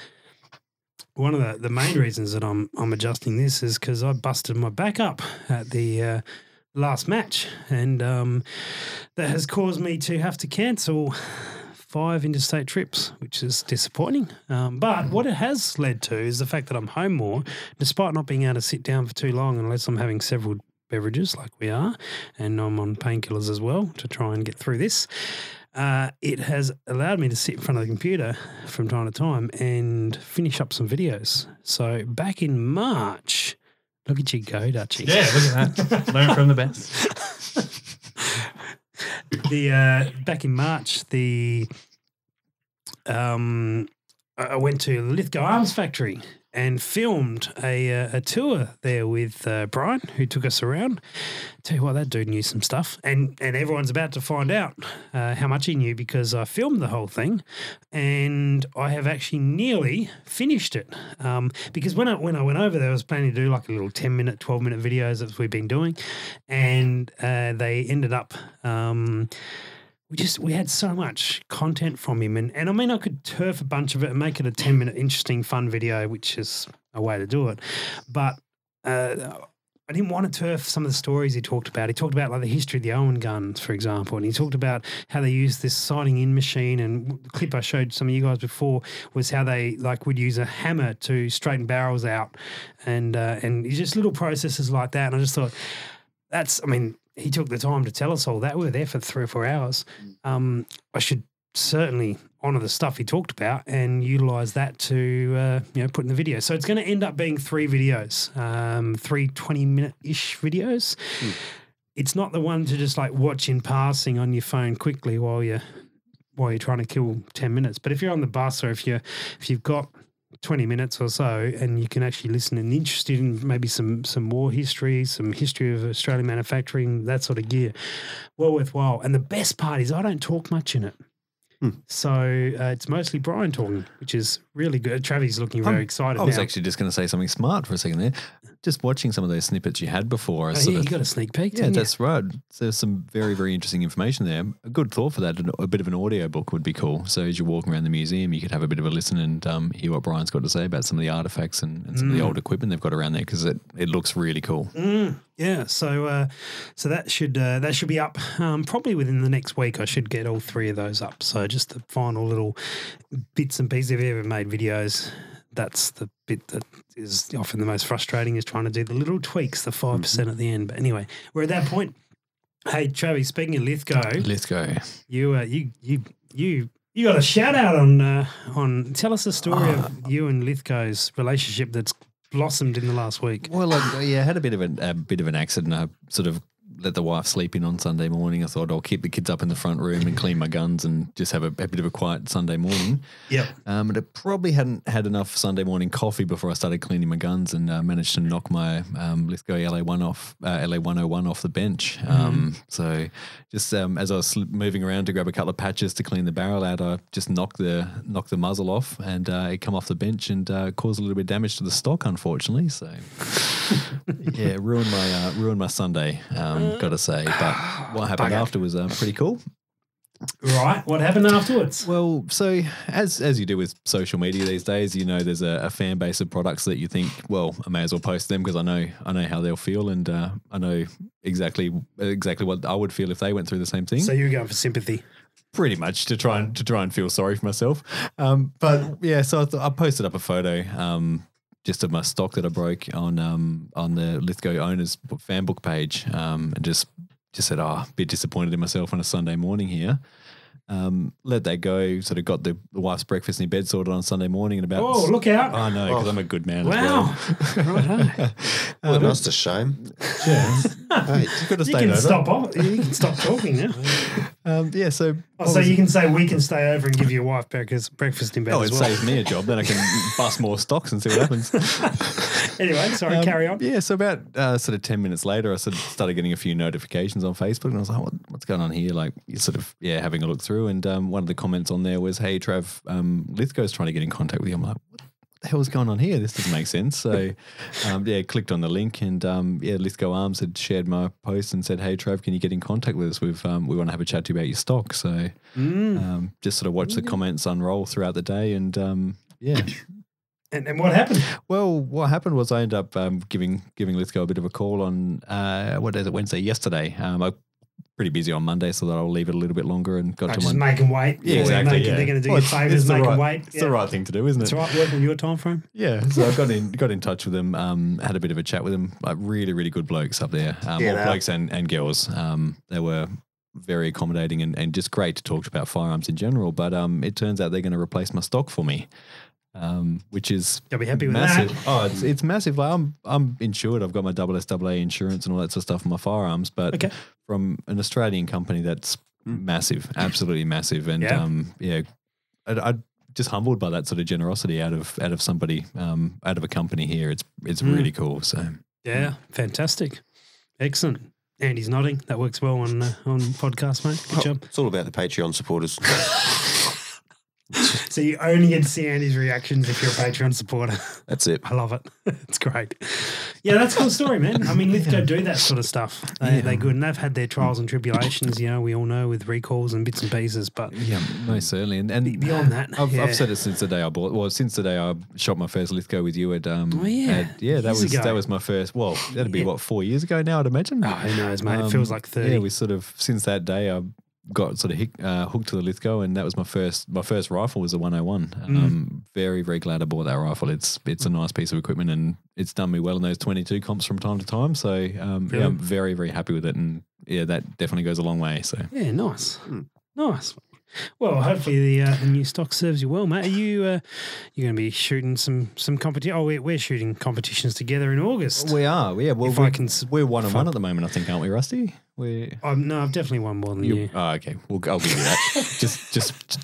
Speaker 2: one of the, the main reasons that I'm I'm adjusting this is because I busted my back up at the uh, last match, and um, that has caused me to have to cancel five interstate trips, which is disappointing. Um, but what it has led to is the fact that I'm home more, despite not being able to sit down for too long, unless I'm having several beverages like we are, and I'm on painkillers as well to try and get through this. Uh, it has allowed me to sit in front of the computer from time to time and finish up some videos. So back in March, look at you go, Dutchie.
Speaker 4: look at that. Learn from the best.
Speaker 2: the uh, back in March, the um, I I went to Lithgow Arms Factory and filmed a uh, a tour there with uh, Brian, who took us around. Tell you what, that dude knew some stuff, and and everyone's about to find out uh, how much he knew because I filmed the whole thing, and I have actually nearly finished it. Um, because when I when I went over there, I was planning to do like a little ten minute, twelve minute videos that we've been doing, and uh, they ended up. Um, we just we had so much content from him, and, and I mean I could turf a bunch of it and make it a ten minute interesting fun video, which is a way to do it, but. Uh, I didn't want to turf some of the stories he talked about. He talked about like the history of the Owen guns, for example, and he talked about how they used this sighting in machine. And the clip I showed some of you guys before was how they like would use a hammer to straighten barrels out, and uh, and it's just little processes like that. And I just thought that's, I mean, he took the time to tell us all that. We were there for three or four hours. Um, I should certainly honor the stuff he talked about and utilize that to uh, you know put in the video. So it's going to end up being three videos, um, three 20 minute ish videos. It's not the one to just like watch in passing on your phone quickly while you're while you're trying to kill 10 minutes. But if you're on the bus or if you if you've got 20 minutes or so and you can actually listen and interested in maybe some some war history, some history of Australian manufacturing, that sort of gear. Well worthwhile. And the best part is I don't talk much in it.
Speaker 5: Hmm.
Speaker 2: So uh, it's mostly Brian talking, which is really good. Travis looking very excited
Speaker 5: I was
Speaker 2: now.
Speaker 5: actually just going to say something smart for a second there. Just watching some of those snippets you had before, I
Speaker 2: Oh,
Speaker 5: sort
Speaker 2: yeah,
Speaker 5: of
Speaker 2: you got a sneak peek.
Speaker 5: Yeah,
Speaker 2: didn't you?
Speaker 5: that's right. So There's some very, very interesting information there. A good thought for that, an- a bit of an audio book would be cool. So as you're walking around the museum, you could have a bit of a listen and um, hear what Brian's got to say about some of the artifacts and, and some of the old equipment they've got around there because it, it looks really cool.
Speaker 2: Yeah, so uh, so that should uh, that should be up um, probably within the next week. I should get all three of those up. So just the final little bits and pieces. If you ever made videos, that's the bit that is often the most frustrating is trying to do the little tweaks, the five percent at the end. But anyway, we're at that point. Hey, Travis, speaking of Lithgow,
Speaker 5: Let's go.
Speaker 2: you uh, you you you you got a shout out on uh, on. Tell us the story of you and Lithgow's relationship that's blossomed in the last week.
Speaker 5: Well, I, yeah, I had a bit of an, a bit of an accident. I sort of let the wife sleep in on Sunday morning. I thought I'll keep the kids up in the front room and clean my guns and just have a, a bit of a quiet Sunday morning.
Speaker 2: Yep.
Speaker 5: Um, and I probably hadn't had enough Sunday morning coffee before I started cleaning my guns and uh, managed to knock my um, Lithgow LA1 off, uh, LA101 off the bench. Um, So just um, as I was sl- moving around to grab a couple of patches to clean the barrel out, I just knocked the knocked the muzzle off and uh, it come off the bench and uh, caused a little bit of damage to the stock, unfortunately. So yeah, ruined my uh, ruined my Sunday. Um, got to say, but what happened after was uh, pretty cool.
Speaker 2: Right. What happened afterwards?
Speaker 5: Well, so as as you do with social media these days, you know there's a, a fan base of products that you think, well, I may as well post them because I know I know how they'll feel, and uh, I know exactly exactly what I would feel if they went through the same thing.
Speaker 2: So you were going for sympathy.
Speaker 5: pretty much to try and to try and feel sorry for myself. Um, but yeah, so I, th- I posted up a photo um, just of my stock that I broke on um, on the Lithgow owners b- fan book page, um, and just just said, "Ah, oh, bit disappointed in myself on a Sunday morning here." Um, let that go. Sort of got the, the wife's breakfast in bed sorted on Sunday morning, and about
Speaker 2: Oh, look out!
Speaker 5: I know because I'm a good man.
Speaker 2: wow.
Speaker 5: as
Speaker 2: right, eh?
Speaker 5: well.
Speaker 3: Well, that's a shame.
Speaker 5: Yeah.
Speaker 3: Mate,
Speaker 5: You've got to
Speaker 2: you
Speaker 5: stay
Speaker 2: can
Speaker 5: over.
Speaker 2: stop off. You can stop talking now.
Speaker 5: Um, yeah, so
Speaker 2: Oh, so you can say we can stay over and give your wife breakfast, breakfast in bed
Speaker 5: Oh,
Speaker 2: as
Speaker 5: it
Speaker 2: well.
Speaker 5: saves me a job. Then I can bust more stocks and see what happens.
Speaker 2: Anyway, sorry,
Speaker 5: Um,
Speaker 2: carry on.
Speaker 5: Yeah, so about uh, sort of 10 minutes later, I sort of started getting a few notifications on Facebook and I was like, what, what's going on here? Like, you sort of, yeah, having a look through. And um, one of the comments on there was, hey, Trav, um, Lithgow's trying to get in contact with you. I'm like, what the hell is going on here? This doesn't make sense. So, um, yeah, clicked on the link and, um, yeah, Lithgow Arms had shared my post and said, hey, Trav, can you get in contact with us? We've, um, we want to have a chat to you about your stock. So,
Speaker 2: Mm.
Speaker 5: um, just sort of watch the comments unroll throughout the day and, um, yeah,
Speaker 2: And, and what happened?
Speaker 5: well, what happened was I ended up um, giving giving Lithgow a bit of a call on uh, what is it Wednesday yesterday. Um, I'm pretty busy on Monday, so that I'll leave it a little bit longer and got
Speaker 2: Oh,
Speaker 5: to
Speaker 2: just
Speaker 5: Monday.
Speaker 2: make them wait.
Speaker 5: Yeah,
Speaker 2: They're,
Speaker 5: exactly. yeah.
Speaker 2: going to do
Speaker 5: Well,
Speaker 2: you
Speaker 5: it's- it's
Speaker 2: favors,
Speaker 5: the
Speaker 2: make them
Speaker 5: right-
Speaker 2: wait.
Speaker 5: It's the right thing to do, isn't
Speaker 2: That's
Speaker 5: it?
Speaker 2: right, working your time frame.
Speaker 5: Yeah. So I got in got in touch with him. Um, had a bit of a chat with him. Like really, really good blokes up there. Um,
Speaker 3: Yeah,
Speaker 5: all
Speaker 3: they are.
Speaker 5: blokes and and girls. Um, they were very accommodating and, and just great to talk about firearms in general. But um, it turns out they're going to replace my stock for me. Um, which is
Speaker 2: You'll be happy with
Speaker 5: massive.
Speaker 2: that.
Speaker 5: Oh, it's, it's massive. Like I'm I'm insured. I've got my SSAA insurance and all that sort of stuff for my firearms, but
Speaker 2: Okay.
Speaker 5: from an Australian company, that's massive, absolutely massive. And
Speaker 2: Yeah.
Speaker 5: um, yeah, I, I just humbled by that sort of generosity out of out of somebody, um, out of a company here. It's it's
Speaker 2: Mm.
Speaker 5: really cool. So
Speaker 2: Yeah, fantastic. Excellent. Andy's nodding. That works well on uh, on podcast, mate.
Speaker 5: Oh.
Speaker 2: Good job.
Speaker 3: It's all about the Patreon supporters.
Speaker 2: So you only get to see Andy's reactions if you're a Patreon supporter.
Speaker 3: That's it.
Speaker 2: I love it. It's great. Yeah, that's a cool story, man. I mean, Lithgow do that sort of stuff. They, They're good, and they've had their trials and tribulations. You know, we all know with recalls and bits and pieces. But
Speaker 5: yeah, most certainly. And and
Speaker 2: beyond that,
Speaker 5: I've,
Speaker 2: yeah.
Speaker 5: I've said it since the day I bought. Well, since the day I shot my first Lithgo with you at um,
Speaker 2: Oh, yeah.
Speaker 5: at- yeah, that
Speaker 2: Years
Speaker 5: was
Speaker 2: ago.
Speaker 5: that was my first. Well, that'd be
Speaker 2: Yeah.
Speaker 5: what four years ago now, I'd imagine.
Speaker 2: Oh, who knows, mate? it
Speaker 5: Um,
Speaker 2: feels like thirty.
Speaker 5: Yeah, we sort of since that day I got sort of hic, uh, hooked to the Lithgow, and that was my first my first rifle was a 101.
Speaker 2: Mm.
Speaker 5: Um, very very glad I bought that rifle. It's it's a nice piece of equipment, and it's done me well in those 22 comps from time to time. So um, yeah, I'm
Speaker 2: Brilliant.
Speaker 5: very very happy with it, and yeah, that definitely goes a long way. So
Speaker 2: Yeah, nice, nice. Well, hopefully the, uh, the new stock serves you well, mate. Are you uh, you're going to be shooting some some competition? Oh, we're, we're shooting competitions together in August.
Speaker 5: we are yeah. Well,
Speaker 2: If
Speaker 5: we,
Speaker 2: I can s-
Speaker 5: we're one on one at the moment, I think, aren't we, Rusty? We're
Speaker 2: Um, no, I've definitely won more than you.
Speaker 5: you- oh, okay. Well, I'll give you that. just, just.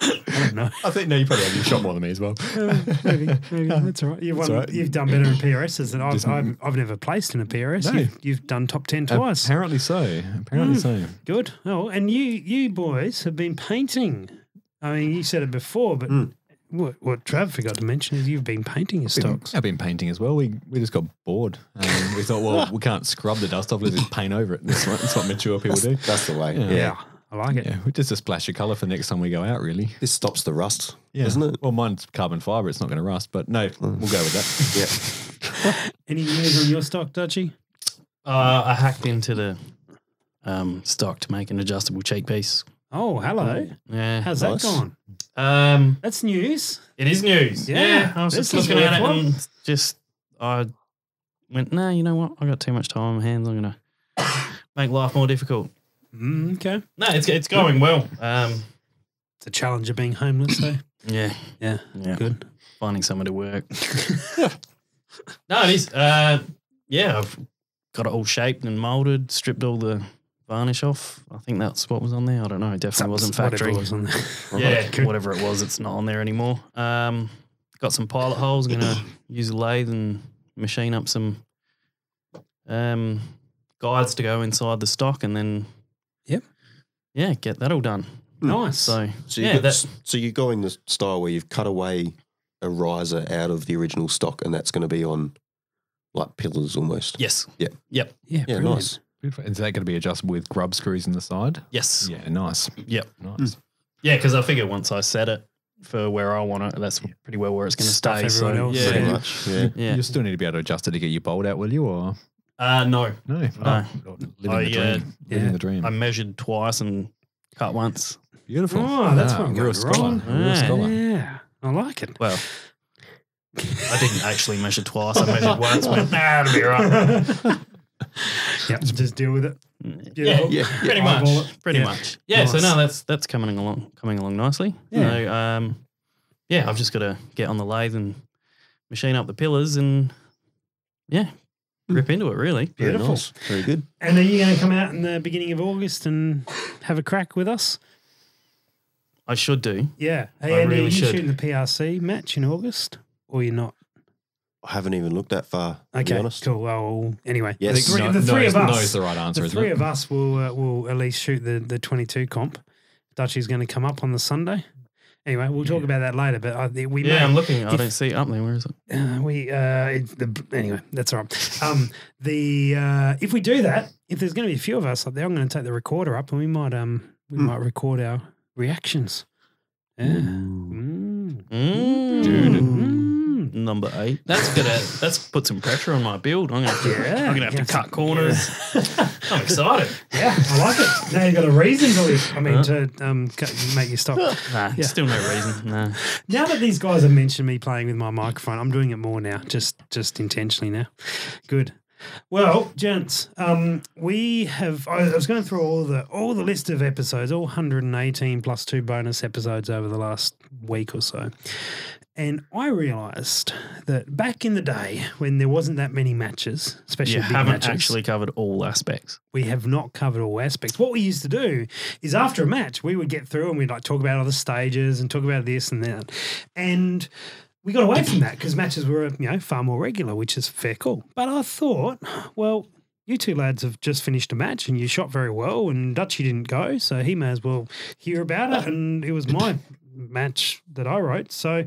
Speaker 2: I don't know.
Speaker 5: I think no, you probably have. You shot more than me as well.
Speaker 2: Uh, maybe, maybe that's all right. You've
Speaker 5: That's
Speaker 2: won,
Speaker 5: all right.
Speaker 2: You've done better in PRSs than I've,
Speaker 5: Just-
Speaker 2: I've, I've never placed in a PRS.
Speaker 5: No.
Speaker 2: You've, you've done top ten twice.
Speaker 5: Apparently so. Apparently so.
Speaker 2: Good. Oh, and you you boys have been painting. I mean, you said it before, but what, what Trav forgot to mention is you've been painting your stocks.
Speaker 5: I've been painting as well. We we just got bored. Um, we thought, well, we can't scrub the dust off. Let's just paint over it. That's what, that's what mature people do.
Speaker 3: That's the way.
Speaker 5: Yeah.
Speaker 3: Yeah.
Speaker 2: I like it.
Speaker 5: Yeah, we just a splash of color for next time we go out, really.
Speaker 3: This stops the rust,
Speaker 5: Yeah.
Speaker 3: doesn't it?
Speaker 5: Well, mine's carbon fiber. It's not going to rust, but no, we'll go with that.
Speaker 3: Yeah.
Speaker 2: Any news on your stock, Dodgy?
Speaker 4: Uh, I hacked into the um, stock to make an adjustable cheek piece.
Speaker 2: Oh, hello.
Speaker 4: Yeah.
Speaker 2: How's
Speaker 3: Nice.
Speaker 2: that gone?
Speaker 4: Um,
Speaker 2: That's news.
Speaker 4: it is news.
Speaker 2: Yeah,
Speaker 4: I was
Speaker 2: this
Speaker 4: just
Speaker 2: is
Speaker 4: looking at it
Speaker 2: worthwhile.
Speaker 4: and just I went, no, you know what? I got too much time on my hands. I'm gonna make life more difficult.
Speaker 2: Mm, okay.
Speaker 4: No, it's it's going well. Um,
Speaker 2: It's a challenge of being homeless, though.
Speaker 4: yeah,
Speaker 2: yeah.
Speaker 4: yeah.
Speaker 2: Good.
Speaker 4: Finding someone to work. no, it is. Uh, yeah, I've got it all shaped and molded, stripped all the varnish off. I think that's what was on there. I don't know. It definitely wasn't factory.
Speaker 2: Whatever was on there.
Speaker 4: yeah, whatever it was, it's not on there anymore. Um, got some pilot holes. I'm gonna use a lathe and machine up some um, guides to go inside the stock, and then
Speaker 2: Yep.
Speaker 4: yeah, get that all done.
Speaker 2: Nice.
Speaker 4: So
Speaker 3: So you
Speaker 4: Yeah,
Speaker 3: got,
Speaker 4: that-
Speaker 3: so you're going the style where you've cut away a riser out of the original stock, and that's going to be on like pillars almost.
Speaker 4: yes,
Speaker 2: yeah,
Speaker 3: Yeah,
Speaker 2: brilliant.
Speaker 3: nice.
Speaker 5: Beautiful. Is that going to be adjustable with grub screws in the side?
Speaker 4: yes,
Speaker 5: Yeah, nice.
Speaker 4: Yep.
Speaker 5: Nice.
Speaker 2: Mm.
Speaker 4: Yeah, because I figure once I set it for where I want it, that's pretty well where it's going to
Speaker 2: Stuff
Speaker 4: stay. So
Speaker 2: everyone else.
Speaker 4: yeah,
Speaker 3: Pretty much. Yeah.
Speaker 4: yeah.
Speaker 5: You still need to be able to adjust it to get your bolt out, will you? Or
Speaker 4: Uh, no,
Speaker 5: no?
Speaker 4: No.
Speaker 5: Oh, living
Speaker 4: I,
Speaker 5: the dream.
Speaker 4: uh,
Speaker 5: living
Speaker 2: yeah.
Speaker 5: the dream.
Speaker 4: I measured twice and cut once.
Speaker 5: Beautiful.
Speaker 2: Oh, that's
Speaker 5: Ah,
Speaker 2: what I'm
Speaker 5: You're a
Speaker 2: going
Speaker 5: scholar.
Speaker 2: wrong.
Speaker 5: You're a
Speaker 4: Yeah.
Speaker 5: scholar.
Speaker 2: Yeah, I like it.
Speaker 4: Well, I didn't actually measure twice. I measured once. But nah, it'll be right.
Speaker 2: Yep, just deal with it.
Speaker 4: Yeah,
Speaker 2: Beautiful.
Speaker 3: Yeah. yeah.
Speaker 4: pretty
Speaker 2: eyeball
Speaker 4: much.
Speaker 2: it.
Speaker 4: Pretty
Speaker 2: Yeah.
Speaker 4: much. Yeah. So
Speaker 2: Nice.
Speaker 4: no, that's that's coming along, coming along nicely.
Speaker 2: Yeah.
Speaker 4: So, um, yeah, I've just got to get on the lathe and machine up the pillars, and yeah,
Speaker 2: Hmm.
Speaker 4: rip into it, really.
Speaker 3: Very
Speaker 2: Beautiful.
Speaker 3: nice. Very good.
Speaker 2: And are you going to come out in the beginning of August and have a crack with us?
Speaker 4: I should do.
Speaker 2: Yeah. Hey,
Speaker 4: I
Speaker 2: Andy,
Speaker 4: really
Speaker 2: are you
Speaker 4: should.
Speaker 2: shooting the PRC match in August or you're not?
Speaker 3: I haven't even looked that far. To
Speaker 2: Okay,
Speaker 3: be honest.
Speaker 2: cool. Well, anyway,
Speaker 3: Yes.
Speaker 2: the three, the
Speaker 5: no,
Speaker 2: three of
Speaker 5: no
Speaker 2: us,
Speaker 5: is the right answer,
Speaker 2: the
Speaker 5: isn't
Speaker 2: three
Speaker 5: it?
Speaker 2: of us will uh, will at least shoot the the twenty two comp. Dutchie's going to come up on the Sunday. Anyway, we'll talk about that later. But I, we
Speaker 4: Yeah, I'm
Speaker 2: may,
Speaker 4: looking. I
Speaker 2: if-
Speaker 4: don't see it up there. Where is it?
Speaker 2: uh, we uh, it, the, anyway. That's all right. Um, the uh, if we do that, if there's going to be a few of us up there, I'm going to take the recorder up and we might um we
Speaker 3: Hmm.
Speaker 2: might record our reactions. Yeah. Mm.
Speaker 4: Mm.
Speaker 2: Mm.
Speaker 4: Number eight. That's gonna that's put some pressure on my build. I'm gonna have to,
Speaker 2: Yeah.
Speaker 4: I'm gonna have
Speaker 2: Yeah.
Speaker 4: to cut corners. I'm excited.
Speaker 2: Yeah, I like it. Now you've got a reason to live. I mean, to um, cut- make you stop.
Speaker 4: Nah,
Speaker 2: Yeah.
Speaker 4: still no reason. Nah.
Speaker 2: Now that these guys have mentioned me playing with my microphone, I'm doing it more now, just just intentionally now. Good. Well, gents, um, we have. I I was going through all the all the list of episodes, all 118 plus two bonus episodes over the last week or so, and I realised that back in the day when there wasn't that many matches, especially
Speaker 4: You
Speaker 2: big
Speaker 4: haven't
Speaker 2: matches,
Speaker 4: actually covered all aspects.
Speaker 2: we have not covered all aspects. What we used to do is after a match, we would get through and we'd like talk about other stages and talk about this and that. And we got away from that because matches were, you know, far more regular, which is fair call. But I thought, well, you two lads have just finished a match and you shot very well, and Dutchy didn't go, so he may as well hear about it. And it was my match that I wrote. So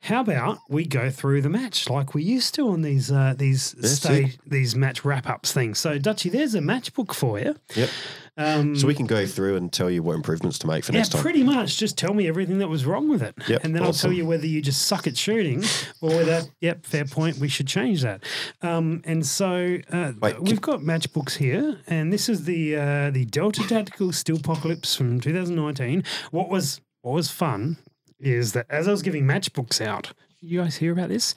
Speaker 2: how about we go through the match like we used to on these uh, these
Speaker 3: That's
Speaker 2: stage these match wrap ups things? So Dutchy, there's a match book for you.
Speaker 3: Yep.
Speaker 2: Um,
Speaker 3: So we can go through and tell you what improvements to make for
Speaker 2: yeah,
Speaker 3: next time.
Speaker 2: pretty much. Just tell me everything that was wrong with it,
Speaker 3: Yep,
Speaker 2: and then I'll
Speaker 3: awesome.
Speaker 2: tell you whether you just suck at shooting or whether, yep, fair point. We should change that. Um, and so uh,
Speaker 3: Wait,
Speaker 2: we've got match books here, and this is the uh, the Delta Tactical Steelpocalypse from 2019. What was what was fun is that as I was giving match books out. You guys hear about this?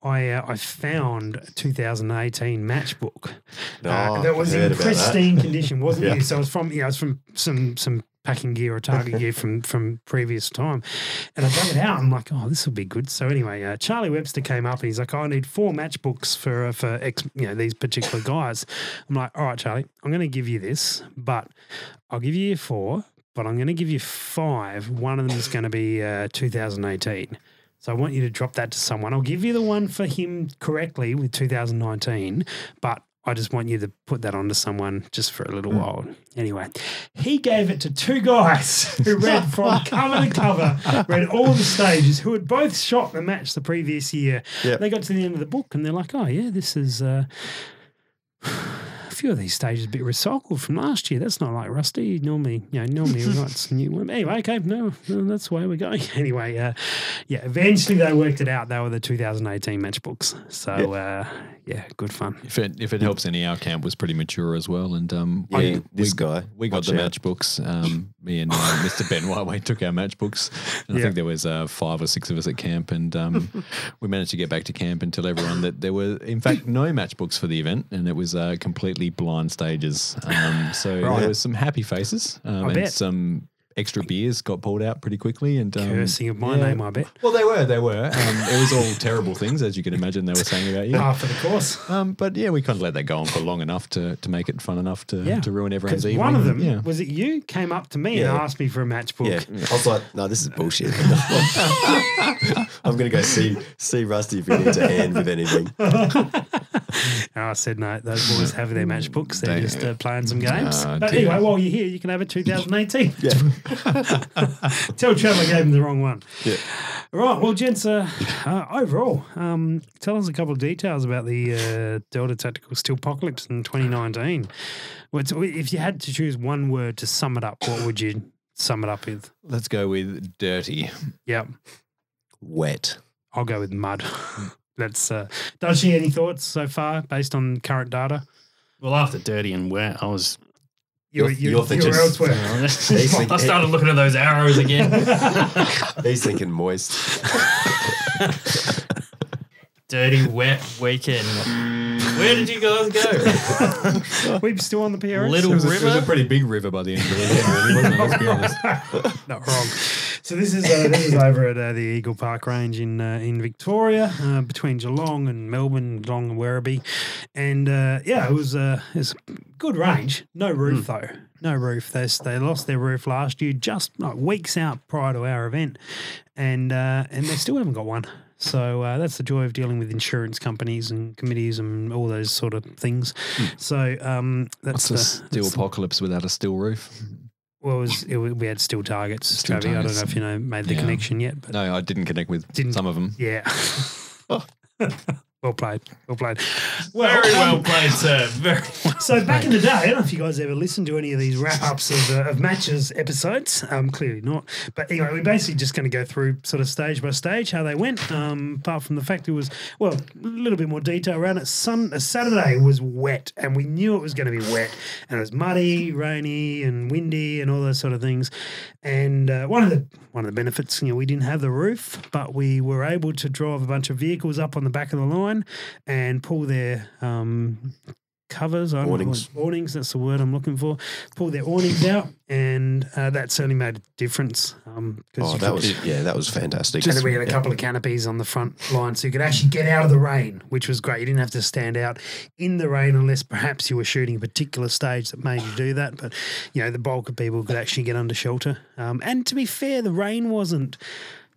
Speaker 2: I uh, I found 2018 match book
Speaker 3: No,
Speaker 2: uh, that
Speaker 3: I've
Speaker 2: was in
Speaker 3: Oh, heard about that.
Speaker 2: pristine condition, wasn't
Speaker 3: Yeah.
Speaker 2: it? So it was from yeah, it was from some some packing gear or target gear from from previous time, and I dug it out. I'm like, oh, this will be good. So anyway, uh, Charlie Webster came up and he's like, "Oh, I need four matchbooks for uh, for X, you know these particular guys. I'm like, all right, Charlie, I'm going to give you this, but I'll give you four, but I'm going to give you five. One of them is going to be uh, 2018. So I want you to drop that to someone. I'll give you the one for him correctly with 2019, but I just want you to put that onto someone just for a little while. Anyway, he gave it to two guys who read from cover to cover, read all the stages, who had both shot the match the previous year.
Speaker 3: Yep.
Speaker 2: They got to the end of the book and they're like, oh, yeah, this is. Uh, a few of these stages a bit recycled from last year. That's not like Rusty. Normally, you know, normally writes new one. Anyway, okay, no, no, that's the way we're going. Anyway, uh, yeah, eventually they worked it out. They were the 2018 matchbooks. So, yeah, uh, yeah good fun.
Speaker 5: If it, if it helps any, our camp was pretty mature as well. And um,
Speaker 3: Yeah, this guy.
Speaker 5: we got
Speaker 3: Watch
Speaker 5: the
Speaker 3: out.
Speaker 5: matchbooks. Um, me and uh, Mr. Ben Whiteway took our matchbooks, and I
Speaker 2: Yeah.
Speaker 5: think there was uh, five or six of us at camp, and um, we managed to get back to camp and tell everyone that there were, in fact, no matchbooks for the event, and it was uh, completely blind stages. Um, so
Speaker 2: Right.
Speaker 5: there was some happy faces um,
Speaker 2: I
Speaker 5: and
Speaker 2: bet.
Speaker 5: some. Extra beers got poured out pretty quickly, and um,
Speaker 2: Cursing of my
Speaker 5: yeah.
Speaker 2: name, I bet.
Speaker 5: Well, they were, they were. Um, it was all terrible things, as you can imagine. They were saying about you.
Speaker 2: After the course.
Speaker 5: Um, but yeah, we kind of let that go on for long enough to, to make it fun enough to,
Speaker 2: Yeah.
Speaker 5: to ruin everyone's
Speaker 2: Because
Speaker 5: evening.
Speaker 2: one of them,
Speaker 5: yeah.
Speaker 2: was it you, came up to me and
Speaker 3: Yeah.
Speaker 2: asked me for a matchbook.
Speaker 3: Yeah. I was like, no, this is bullshit. I'm gonna go see see Rusty if we need to end with anything.
Speaker 2: And I said, no, Ah, those boys have their matchbooks. They're
Speaker 5: They-
Speaker 2: just uh, playing some games.
Speaker 5: Ah,
Speaker 2: but
Speaker 5: dear.
Speaker 2: anyway, while you're here, you can have a 2018. Tell Trevor I gave him the wrong one.
Speaker 3: Yeah.
Speaker 2: All right. Well, gents, uh, uh, overall, um, tell us a couple of details about the uh, Delta Tactical Steelpocalypse in 2019. What's, if you had to choose one word to sum it up, what would you sum it up with?
Speaker 5: Let's go with dirty.
Speaker 2: Yep.
Speaker 3: Wet.
Speaker 2: I'll go with mud. That's uh, does she any thoughts so far based on current data?
Speaker 4: Well, after dirty and wet, I was.
Speaker 2: You're,
Speaker 3: You're-
Speaker 2: you're,
Speaker 3: you're
Speaker 2: you're,
Speaker 3: thinking-
Speaker 2: elsewhere.
Speaker 4: I
Speaker 3: Basically-
Speaker 4: started looking at those arrows again.
Speaker 3: He's thinking moist.
Speaker 4: dirty, wet weekend. Where did you guys go?
Speaker 2: We're still on the PRS.
Speaker 4: Little
Speaker 5: It was, a, it was a
Speaker 4: river.
Speaker 5: pretty big river by the end of the weekend, really, wasn't it? Let's be honest.
Speaker 2: Not wrong. So this is uh, this is over at uh, the Eagle Park Range in uh, in Victoria, uh, between Geelong and Melbourne, Geelong and Werribee, and uh, yeah, it was uh, it's a good range. No roof though, no roof. They s- they lost their roof last year, just like weeks out prior to our event, and uh, and they still haven't got one. So uh, that's the joy of dealing with insurance companies and committees and all those sort of things. So um, that's
Speaker 5: It's a
Speaker 2: the,
Speaker 5: steel
Speaker 2: that's
Speaker 5: apocalypse without a steel roof.
Speaker 2: well, it was, it, wa- we had steel targets,
Speaker 5: Steel
Speaker 2: Steel I don't know
Speaker 5: targets.
Speaker 2: if you know made the
Speaker 5: Yeah.
Speaker 2: connection yet, but
Speaker 5: No, I didn't connect with
Speaker 2: Didn't-
Speaker 5: some of them.
Speaker 2: yeah.
Speaker 3: Oh.
Speaker 2: well played. Well played.
Speaker 4: Very well
Speaker 2: um,
Speaker 4: played, sir. Very well.
Speaker 2: So back in the day, I don't know if you guys ever listened to any of these wrap ups of, uh, of matches episodes. Um, clearly not. But anyway, we're basically just going to go through sort of stage by stage how they went. Um, apart from the fact it was well a little bit more detail around it. Sun uh, Saturday was wet, and we knew it was going to be wet, and it was muddy, rainy, and windy, and all those sort of things. And uh, one of the one of the benefits, you know, we didn't have the roof, but we were able to drive a bunch of vehicles up on the back of the line and pull their um, covers, I don't know what-
Speaker 3: Awnings.
Speaker 2: awnings. That's the word I'm looking for. Pull their awnings out, and uh, that certainly made a difference. Um, 'cause
Speaker 3: Oh,
Speaker 2: you
Speaker 3: that
Speaker 2: could-
Speaker 3: was yeah, that was fantastic.
Speaker 2: and then we had a couple of canopies on the front line, so you could actually get out of the rain, which was great. You didn't have to stand out in the rain unless perhaps you were shooting a particular stage that made you do that. But you know, the bulk of people could actually get under shelter. Um, and to be fair, the rain wasn't.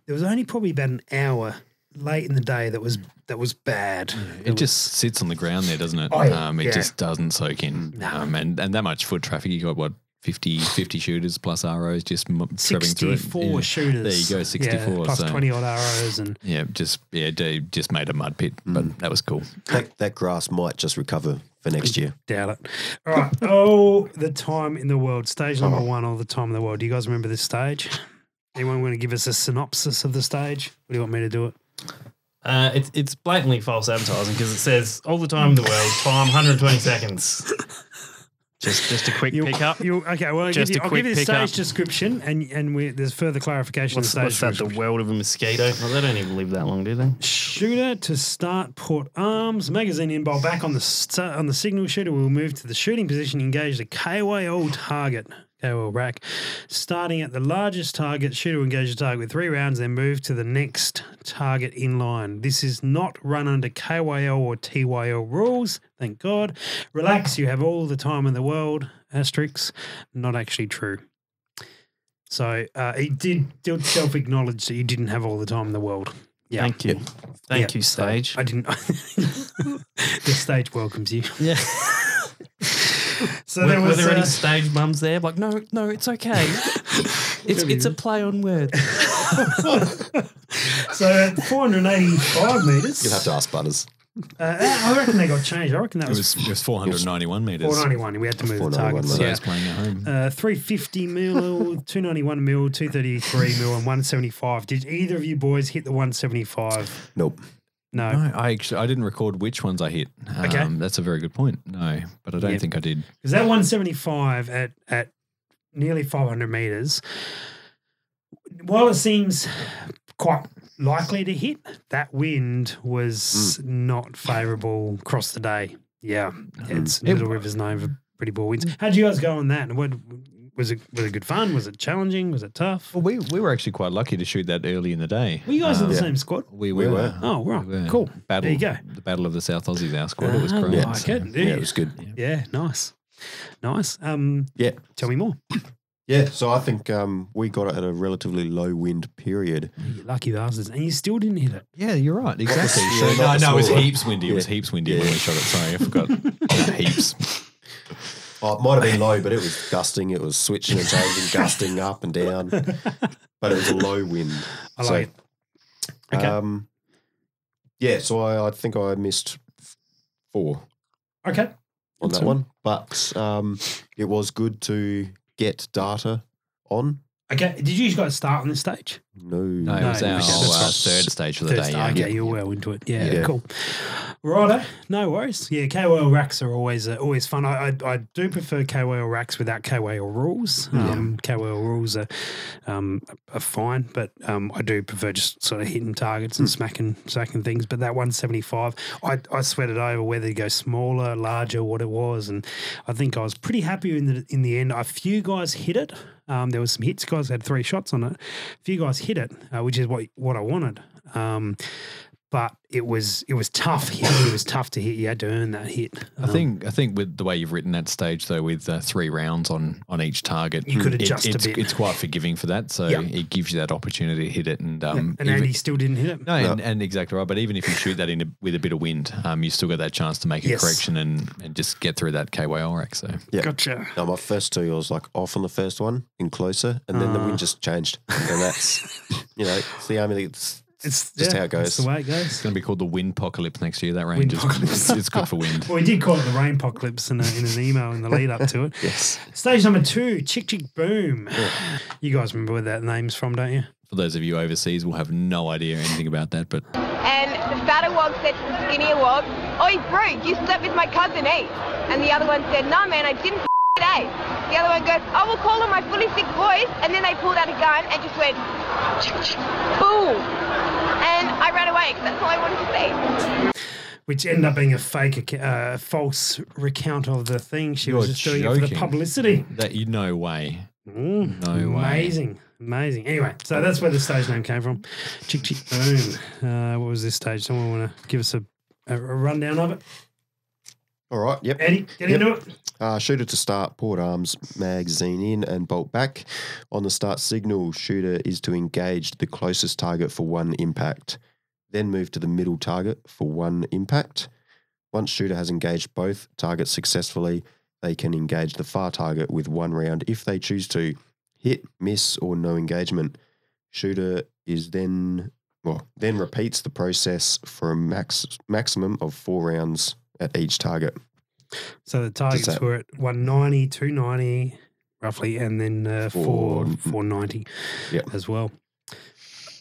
Speaker 2: There was only probably about an hour late in the day that was that was bad.
Speaker 5: It just sits on the ground there, doesn't it?
Speaker 2: Oh, yeah.
Speaker 5: um, it
Speaker 2: Yeah.
Speaker 5: just doesn't soak in. Um, and, and that much foot traffic, you got what, 50, 50 shooters plus ROs just m- scrubbing through it.
Speaker 2: Sixty-four
Speaker 5: Yeah.
Speaker 2: shooters.
Speaker 5: There you go,
Speaker 2: Yeah,
Speaker 5: 64,
Speaker 2: plus
Speaker 5: so-
Speaker 2: twenty odd arrows, and
Speaker 5: Yeah, just yeah, they just made a mud pit, but that was cool.
Speaker 3: that, that grass might just recover for next year.
Speaker 2: doubt it. All right. Oh, the time in the world. Stage number one. All the time in the world. Do you guys remember this stage? Anyone want to give us a synopsis of the stage? What do you want me to do it?
Speaker 4: Uh, it's it's blatantly false advertising because it says all the time in the world, time 120 seconds. Just just a quick
Speaker 2: You-
Speaker 4: pickup.
Speaker 2: You, okay. Well, I'll
Speaker 4: Just
Speaker 2: give you,
Speaker 4: a
Speaker 2: I'll
Speaker 4: quick
Speaker 2: give you the
Speaker 4: pick up.
Speaker 2: stage description, and and we, there's further clarification.
Speaker 4: What's,
Speaker 2: of the
Speaker 4: what's
Speaker 2: stage
Speaker 4: that? The world of a mosquito? Well, they don't even live that long, do they?
Speaker 2: shooter to start port arms magazine inbowl back on the sta on the signal shooter we'll move to the shooting position engage the KYL target KYL rack starting at the largest target shooter will engage the target with three rounds then move to the next target in line this is not run under KYL or TYL rules thank god relax you have all the time in the world asterisks not actually true so uh, he did, did self acknowledge that you didn't have all the time in the world Yeah.
Speaker 4: Thank you. Thank
Speaker 2: Yeah,
Speaker 4: you,
Speaker 2: so
Speaker 4: stage.
Speaker 2: I didn't. the stage welcomes you.
Speaker 4: yeah.
Speaker 2: So
Speaker 4: Were,
Speaker 2: there
Speaker 4: were
Speaker 2: was.
Speaker 4: there
Speaker 2: uh,
Speaker 4: any stage mums there? Like, no, no, it's okay. it's it's a play on words.
Speaker 2: so at 485 meters.
Speaker 3: You'll have to ask Butters.
Speaker 2: Uh, I reckon they got changed. I reckon that
Speaker 5: It
Speaker 2: was,
Speaker 5: was it was 491 meters.
Speaker 2: 491. We had to move the
Speaker 3: 491,
Speaker 2: targets.
Speaker 5: So I
Speaker 3: Yeah.
Speaker 5: was playing at home.
Speaker 2: Uh, 350 mil, 291 mil, 233 mil, and 175. Did either of you boys hit the 175?
Speaker 3: Nope.
Speaker 2: No.
Speaker 5: no, I actually I didn't record which ones I hit. Um,
Speaker 2: Okay.
Speaker 5: that's a very good point. No, but I don't
Speaker 2: Yeah.
Speaker 5: think I did.
Speaker 2: Because that 175 at at nearly 500 meters, while it seems quite likely to hit, that wind was
Speaker 5: Hmm.
Speaker 2: not favourable across the day. Yeah, it's
Speaker 5: It- Hmm.
Speaker 2: Little River's known for pretty poor winds. How would you guys go on that? And what was it? Was it good fun? Was it challenging? Was it tough?
Speaker 5: Well, we we were actually quite lucky to shoot that early in the day. Um,
Speaker 2: Were you guys in the
Speaker 3: Yeah.
Speaker 2: same squad?
Speaker 5: We, we,
Speaker 3: We
Speaker 5: were.
Speaker 3: were.
Speaker 2: Oh, right,
Speaker 5: We were.
Speaker 2: cool.
Speaker 5: Battle,
Speaker 2: There you go.
Speaker 5: The Battle of the South Aussies, our squad. it was
Speaker 2: Ah,
Speaker 5: great.
Speaker 2: I like it.
Speaker 3: Yeah, it was good.
Speaker 2: Yeah, nice, nice. Um,
Speaker 3: Yeah.
Speaker 2: tell me more.
Speaker 3: Yeah. So I think um, we got it at a relatively low wind period.
Speaker 2: You lucky bastards, and you still didn't hit it.
Speaker 5: Yeah, you're right. Exactly.
Speaker 3: Yeah,
Speaker 5: So,
Speaker 3: not
Speaker 5: no,
Speaker 3: the
Speaker 5: no, it was
Speaker 3: small one.
Speaker 5: heaps windy. It was heaps windy when we shot it. Sorry, I forgot. heaps.
Speaker 3: Oh, it might have been low, but it was gusting. It was switching and changing, gusting up and down. But it was a low wind.
Speaker 2: I
Speaker 3: So-
Speaker 2: like it. Okay.
Speaker 3: Um, yeah. So I, I think I missed f- four
Speaker 2: Okay.
Speaker 3: on
Speaker 5: That's
Speaker 3: that
Speaker 5: all.
Speaker 3: one, but um, it was good to get data on.
Speaker 2: Okay. Did you guys start on this stage?
Speaker 3: No.
Speaker 5: No, it was
Speaker 2: No,
Speaker 5: our
Speaker 2: okay, that's
Speaker 5: uh,
Speaker 2: right.
Speaker 5: third stage for the
Speaker 2: Thursday.
Speaker 5: day. Yeah.
Speaker 2: okay, you're well into it. Yeah,
Speaker 3: Yeah.
Speaker 2: cool. Righto, no worries. Yeah, KYL racks are always uh, always fun. I, I I do prefer KYL racks without KYL rules. Um, KYL rules are um, are fine, but um, I do prefer just sort of hitting targets and smacking smacking things. But that one seventy five, I I sweated over whether to go smaller, larger, what it was, and I think I was pretty happy in the in the end. A few guys hit it. Um, there was some hits. Guys had three shots on it. A few guys hit it, uh, which is what what I wanted. Um, but it was it was tough. Hit. It was tough to hit. You had to earn that hit.
Speaker 5: I think I think with the way you've written that stage though, with uh, three rounds on on each target,
Speaker 2: You could
Speaker 5: it-
Speaker 2: adjust a
Speaker 5: it's,
Speaker 2: bit.
Speaker 5: It's quite forgiving for that, so
Speaker 2: Yeah.
Speaker 5: it gives you that opportunity to hit it. And um,
Speaker 2: and
Speaker 5: even-
Speaker 2: Andy still didn't hit it.
Speaker 5: no, And, and exactly right. But even if you shoot that in a, with a bit of wind, um, you still got that chance to make a
Speaker 2: Yes.
Speaker 5: correction and and just get through that KYL rack. So
Speaker 3: Yeah.
Speaker 2: Gotcha.
Speaker 3: No, my first two, I was like off on the first one in closer, and
Speaker 2: Ah.
Speaker 3: then the wind just changed, and that's you know, it's the army. It's,
Speaker 2: It's
Speaker 3: just
Speaker 2: yeah,
Speaker 3: how it goes.
Speaker 2: That's the way it goes.
Speaker 5: it's going to be called the wind apocalypse next year. That range is it's,
Speaker 2: Windpocalypse.
Speaker 5: it's good for wind.
Speaker 2: Well, we did call it the rainpocalypse in, a, in an email in the lead up to it.
Speaker 3: yes,
Speaker 2: Stage number two, Chick Chick Boom. You guys remember where that name's from, don't you?
Speaker 5: For those of you overseas, will have no idea anything about that, but
Speaker 6: And the fatter wog said to the skinnier wog, Oi, Brute, you slept with my cousin, eh? And the other one said, No, man, I didn't f- it, eh? The other one goes, I will call on my fully sick voice. And then they pulled out a gun and just went, boom. And I ran away 'cause that's all I wanted to see.
Speaker 2: Which ended up being a fake, acc- uh, false recount of the thing. She was
Speaker 5: You're
Speaker 2: just doing it for the
Speaker 5: joking.
Speaker 2: publicity.
Speaker 5: that you no way.
Speaker 2: Mm,
Speaker 5: No way.
Speaker 2: amazing. Amazing. Anyway, so that's where the stage name came from. Chick Chick Boom. Uh, what was this stage? Someone want to give us a, a, a rundown of it?
Speaker 3: all right, yep.
Speaker 2: Eddie, get
Speaker 3: Yep.
Speaker 2: into it.
Speaker 3: Uh, shooter to start, port arms, magazine in and bolt back. On the start signal, shooter is to engage the closest target for one impact, then move to the middle target for one impact. Once shooter has engaged both targets successfully, they can engage the far target with one round if they choose to. Hit, miss, or no engagement. Shooter is then well then repeats the process for a max maximum of four rounds at each target.
Speaker 2: So the targets
Speaker 3: that-
Speaker 2: were at 190, 290, roughly, and then uh, four,
Speaker 3: Four-
Speaker 5: Mm-hmm.
Speaker 2: 490
Speaker 3: Yep.
Speaker 2: as well.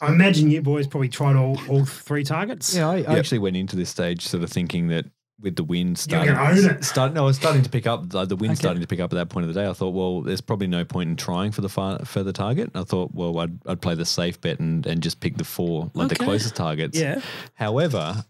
Speaker 2: I imagine you boys probably tried all, all three targets.
Speaker 5: Yeah, I, I actually went into this stage sort of thinking that with the wind
Speaker 2: You're gonna
Speaker 5: starting,
Speaker 2: own it.
Speaker 5: start, no, I was starting to pick up like the wind
Speaker 2: Okay.
Speaker 5: starting to pick up at that point of the day. I thought, well, there's probably no point in trying for the far, for the target. I thought, well, I'd, I'd play the safe bet and, and just pick the four, like
Speaker 2: Okay.
Speaker 5: the closest targets.
Speaker 2: Yeah.
Speaker 5: However,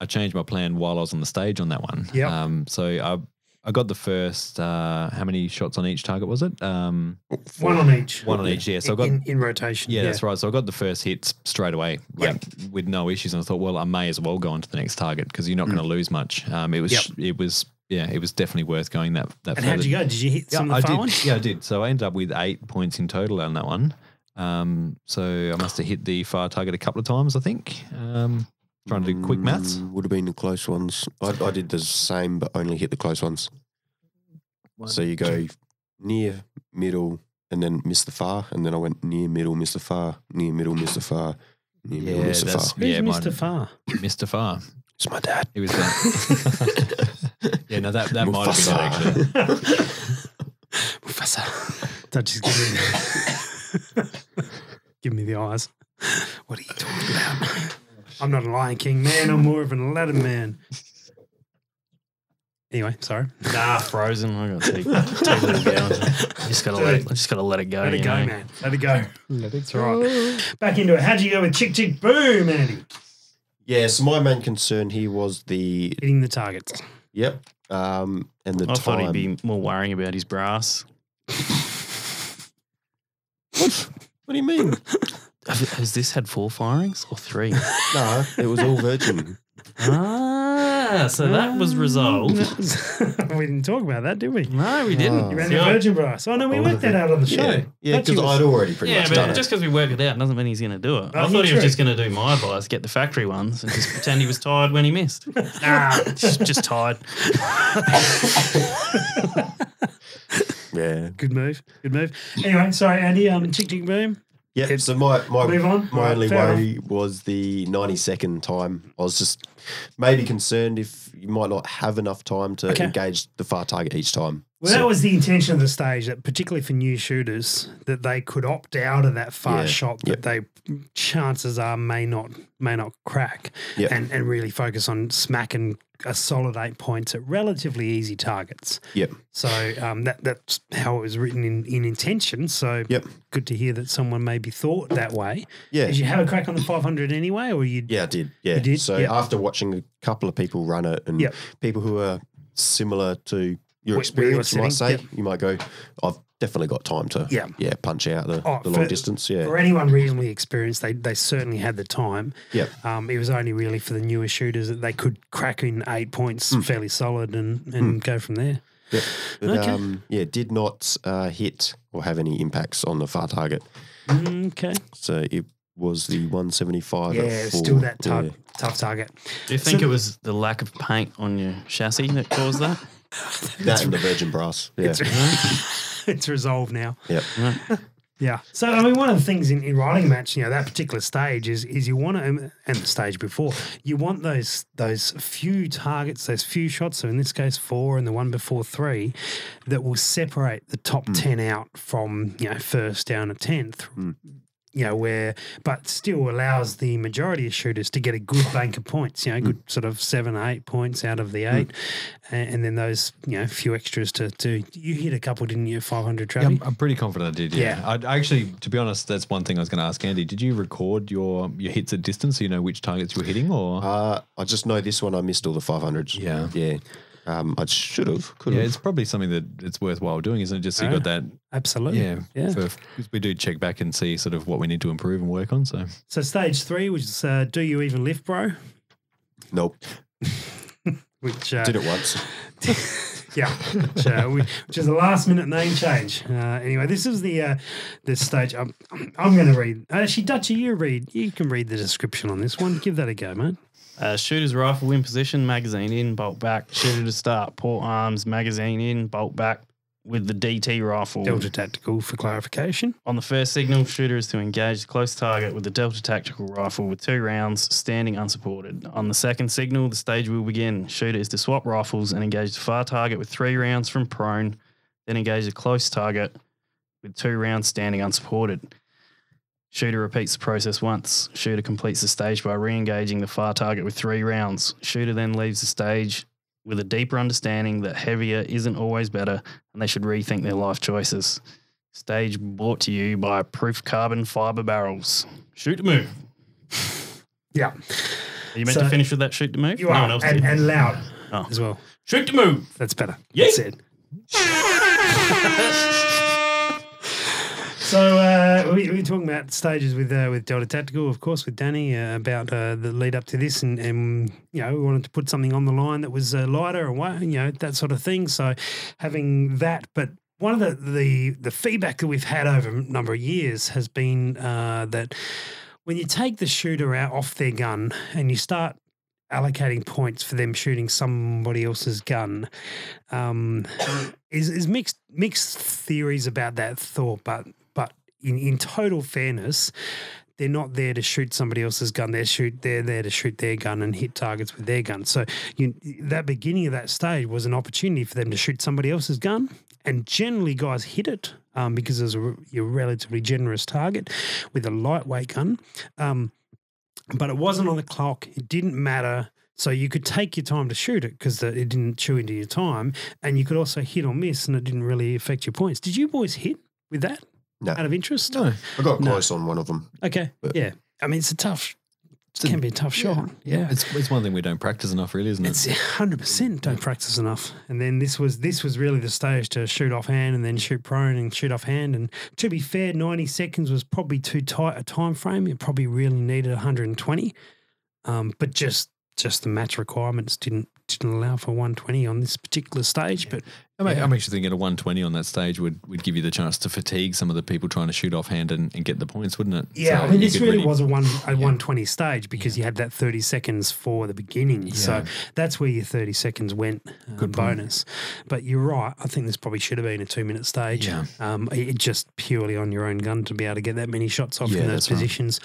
Speaker 5: I changed my plan while I was on the stage on that one.
Speaker 2: Yep.
Speaker 5: Um, so I I got the first uh, how many shots on each target was it? Um,
Speaker 2: One on each.
Speaker 5: one on each. Yeah. So I got
Speaker 2: in, in rotation.
Speaker 5: yeah, that's right. So I got the first hits straight away, like with no issues, and I thought, well, I may as well go on to the next target because you're not going to lose much. Um, it was,
Speaker 2: Mm. Yep.
Speaker 5: it was, yeah, it was definitely worth going that that.
Speaker 2: And how'd
Speaker 5: further.
Speaker 2: you go? Did you hit some of
Speaker 5: Yeah, I
Speaker 2: the far
Speaker 5: did.
Speaker 2: ones?
Speaker 5: Yeah, I did. So I ended up with eight points in total on that one. Um, so I must have hit the fire target a couple of times, I think. Um, trying to do quick maths.
Speaker 3: Mm, Would have been the close ones. I, I did the same, but only hit the close ones. So you go near, middle, and then miss the far, and then I went near, middle, miss the far, near, middle, miss the far, near, middle, miss the far.
Speaker 5: that's-
Speaker 2: Who's
Speaker 5: yeah, mine-
Speaker 2: Mr. Far?
Speaker 5: Mr. Far.
Speaker 3: It's my dad.
Speaker 5: He was there. yeah, no, that that might have been it,
Speaker 3: Mufasa.
Speaker 5: actually.
Speaker 2: Mufasa. Don't just give me the, give me the eyes. What are you talking about? I'm not a Lion King man. I'm more of an Aladdin man. Anyway, sorry.
Speaker 4: Nah, frozen. I gotta take, take it and go. I just gotta let, I just gotta let it go.
Speaker 2: Let it
Speaker 4: you
Speaker 2: go,
Speaker 4: know?
Speaker 2: man. Let it go. That's all right. Back into it. How'd you go with Chick Chick Boom, Andy?
Speaker 3: Yeah, so my main concern here was the
Speaker 2: Hitting the targets.
Speaker 3: yep, um, and the
Speaker 4: I
Speaker 3: time.
Speaker 4: thought he'd be more worrying about his brass.
Speaker 3: what do you mean?
Speaker 4: Have- Has this had four firings or three?
Speaker 3: no, it was all virgin.
Speaker 4: ah, so that was resolved. Ah.
Speaker 2: we didn't talk about that, did we?
Speaker 4: No, we didn't.
Speaker 2: Oh. You ran the Virgin Brass. Oh, no, we
Speaker 3: Oh,
Speaker 2: worked that out on the show.
Speaker 3: Yeah, yeah,
Speaker 2: That you
Speaker 3: because
Speaker 2: was-
Speaker 3: I'd already pretty
Speaker 4: Yeah,
Speaker 3: much done
Speaker 4: but
Speaker 3: it.
Speaker 4: just because we work it out doesn't mean he's going to do it. I
Speaker 2: Oh,
Speaker 4: thought he
Speaker 2: true.
Speaker 4: was just going to do my advice, get the factory ones, and just pretend he was tired when he missed. Nah, just, just tired.
Speaker 3: yeah.
Speaker 2: Good move. Good move. Anyway, sorry, Andy. Um, chick chick boom.
Speaker 3: Yeah, so my my,
Speaker 2: Move on.
Speaker 3: my
Speaker 2: Right,
Speaker 3: only
Speaker 2: fair
Speaker 3: worry was the 90 second time. I was just maybe concerned if you might not have enough time to
Speaker 2: Okay.
Speaker 3: engage the far target each time.
Speaker 2: Well, that was the intention of the stage, that particularly for new shooters, that they could opt out of that fast
Speaker 3: Yeah,
Speaker 2: shot that they chances are may not may not crack,
Speaker 3: Yeah.
Speaker 2: and and really focus on smack and a solid eight points at relatively easy targets.
Speaker 3: Yep.
Speaker 2: So um, that that's how it was written in, in intention. So
Speaker 3: Yep.
Speaker 2: good to hear that someone maybe thought that way.
Speaker 3: Yeah.
Speaker 2: Did you have a crack on the 500 anyway, or you?
Speaker 3: Yeah, I did. Yeah.
Speaker 2: You did?
Speaker 3: So
Speaker 2: Yeah.
Speaker 3: after watching a couple of people run it and
Speaker 2: Yep.
Speaker 3: people who are similar to your
Speaker 2: Wh- where you're
Speaker 3: experience, you might say,
Speaker 2: sitting,
Speaker 3: you might go, I've definitely got time to
Speaker 2: Yeah.
Speaker 3: yeah punch out the,
Speaker 2: Oh,
Speaker 3: the long
Speaker 2: for-
Speaker 3: distance. Yeah.
Speaker 2: For anyone reasonably experienced, they they certainly had the time.
Speaker 3: Yeah.
Speaker 2: Um, it was only really for the newer shooters that they could crack in eight points fairly solid and, and go from there.
Speaker 3: Yeah. But,
Speaker 2: Okay.
Speaker 3: um, yeah, did not uh, hit or have any impacts on the far target.
Speaker 2: Okay.
Speaker 3: So it was the 175. at
Speaker 2: Yeah,
Speaker 3: four.
Speaker 2: still that tough,
Speaker 3: Yeah.
Speaker 2: tough target.
Speaker 4: Do you think it was the lack of paint on your chassis that caused that?
Speaker 3: That and the virgin brass. Yeah.
Speaker 2: it's resolved now.
Speaker 3: Yep.
Speaker 2: Yeah. So I mean, one of the things in, in riding match, you know, that particular stage is is you want to, and the stage before, you want those those few targets, those few shots. So in this case, four, and the one before three, that will separate the top ten out from you know first down to tenth. You know where, but still allows the majority of shooters to get a good bank of points. You know, good sort of seven, eight points out of the eight, a- and, then those you know few extras to to you hit a couple, didn't you? Five hundred,
Speaker 5: Yeah,
Speaker 2: Travis.
Speaker 5: I'm, I'm pretty confident I did. Yeah,
Speaker 2: Yeah.
Speaker 5: I'd- I actually, to be honest, that's one thing I was going to ask Andy. Did you record your your hits at distance so you know which targets you were hitting, or
Speaker 3: Uh, I just know this one I missed all the 500s.
Speaker 5: Yeah.
Speaker 3: Yeah. Um, I should have, could
Speaker 5: yeah,
Speaker 3: have.
Speaker 5: it's probably something that it's worthwhile doing, isn't it? Just so you got that.
Speaker 2: Absolutely.
Speaker 5: Yeah, for- 'cause we do check back and see sort of what we need to improve and work on. So
Speaker 2: So stage three, which is uh, "Do you even lift, bro?"
Speaker 3: Nope.
Speaker 2: Which uh,
Speaker 3: Did it once.
Speaker 2: yeah, which, uh, we- which is a last minute name change. Uh, anyway, this is the uh, this stage. I'm I'm going to read. Actually, Dutchy, you read. You can read the description on this one. Give that a go, mate.
Speaker 4: Uh, shooter's rifle in position, magazine in, bolt back. Shooter to start, port arms, magazine in, bolt back with the DT rifle.
Speaker 2: Delta Tactical for clarification.
Speaker 4: On the first signal, shooter is to engage the close target with the Delta Tactical Rifle with two rounds, standing unsupported. On the second signal, the stage will begin. Shooter is to swap rifles and engage the far target with three rounds from prone, then engage the close target with two rounds standing unsupported. Shooter repeats the process once. Shooter completes the stage by re engaging the far target with three rounds. Shooter then leaves the stage with a deeper understanding that heavier isn't always better and they should rethink their life choices. Stage brought to you by Proof Carbon Fiber Barrels. Shoot to move.
Speaker 2: Yeah,
Speaker 4: Are you meant
Speaker 2: So-
Speaker 4: to finish with that shoot to move?
Speaker 2: you
Speaker 4: no
Speaker 2: are,
Speaker 4: one else
Speaker 2: and,
Speaker 4: did.
Speaker 2: and loud
Speaker 4: Oh.
Speaker 2: as well.
Speaker 4: shoot to move.
Speaker 2: That's better.
Speaker 4: Yeah.
Speaker 2: That's it. So uh, we, we were talking about stages with uh, with Delta Tactical, of course, with Danny uh, about uh, the lead up to this, and, and you know we wanted to put something on the line that was uh, lighter and wa- you know that sort of thing. So having that, but one of the the, the feedback that we've had over a number of years has been uh, that when you take the shooter out off their gun and you start allocating points for them shooting somebody else's gun. Um, is is mixed mixed theories about that thought, but but in, in total fairness, they're not there to shoot somebody else's gun. They're shoot they're there to shoot their gun and hit targets with their gun. So you, that beginning of that stage was an opportunity for them to shoot somebody else's gun, and generally guys hit it um, because it was a, re- a relatively generous target with a lightweight gun. Um, but it wasn't on the clock. It didn't matter. So you could take your time to shoot it because it didn't chew into your time, and you could also hit or miss, and it didn't really affect your points. Did you boys hit with that?
Speaker 3: No.
Speaker 2: Out of interest?
Speaker 5: no,
Speaker 3: I got
Speaker 2: No.
Speaker 3: close on one of them.
Speaker 2: Okay.
Speaker 3: But-
Speaker 2: yeah. I mean, it's a tough. It
Speaker 5: a-
Speaker 2: can be a tough shot. Yeah.
Speaker 5: it's it's one thing we don't practice enough, really, isn't it?
Speaker 2: It's hundred percent. Don't practice enough. And then this was this was really the stage to shoot offhand and then shoot prone and shoot offhand. And to be fair, ninety seconds was probably too tight a time frame. It probably really needed one hundred and twenty. Um, but just just the match requirements didn't didn't allow for one twenty on this particular stage. But
Speaker 5: I'm, I'm actually thinking a 120 on that stage would, would give you the chance to fatigue some of the people trying to shoot offhand and, and get the points, wouldn't it?
Speaker 2: Yeah,
Speaker 5: So
Speaker 2: I mean,
Speaker 5: you
Speaker 2: this
Speaker 5: could
Speaker 2: really, was a one a one twenty stage because you had that thirty seconds for the beginning, so that's where your thirty seconds went uh, bonus. But you're right; I think this probably should have been a two minute stage.
Speaker 5: Yeah.
Speaker 2: um, it it just purely on your own gun to be able to get that many shots off
Speaker 5: Yeah,
Speaker 2: in those
Speaker 5: that's right.
Speaker 2: positions,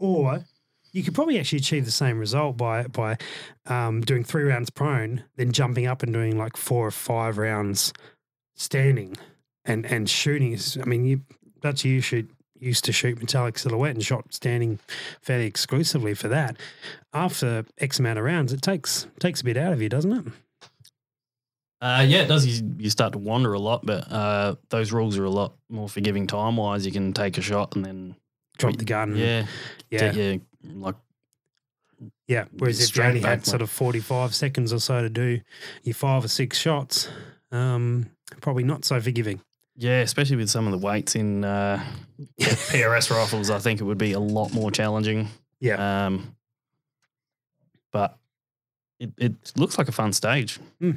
Speaker 2: or you could probably actually achieve the same result by by um, doing three rounds prone, then jumping up and doing like four or five rounds standing and and shooting is. I mean, you Dutch you shoot used to shoot metallic silhouette and shot standing fairly exclusively for that. After X amount of rounds, it takes takes a bit out of you, doesn't it?
Speaker 4: Uh, yeah, it does. You, you start to wander a lot, but uh, those rules are a lot more forgiving time wise. You can take a shot and then
Speaker 2: Drop the gun.
Speaker 4: yeah,
Speaker 2: Mm. yeah.
Speaker 4: Take your, like
Speaker 2: Yeah. Whereas if you
Speaker 4: Straight
Speaker 2: only
Speaker 4: back,
Speaker 2: had sort
Speaker 4: like-
Speaker 2: of 45 seconds or so to do your five or six shots, um, probably not so forgiving.
Speaker 4: yeah, especially with some of the weights in uh, PRS rifles, I think it would be a lot more challenging.
Speaker 5: Uh,
Speaker 2: Yeah.
Speaker 4: Um, but it, it looks like a fun stage.
Speaker 2: How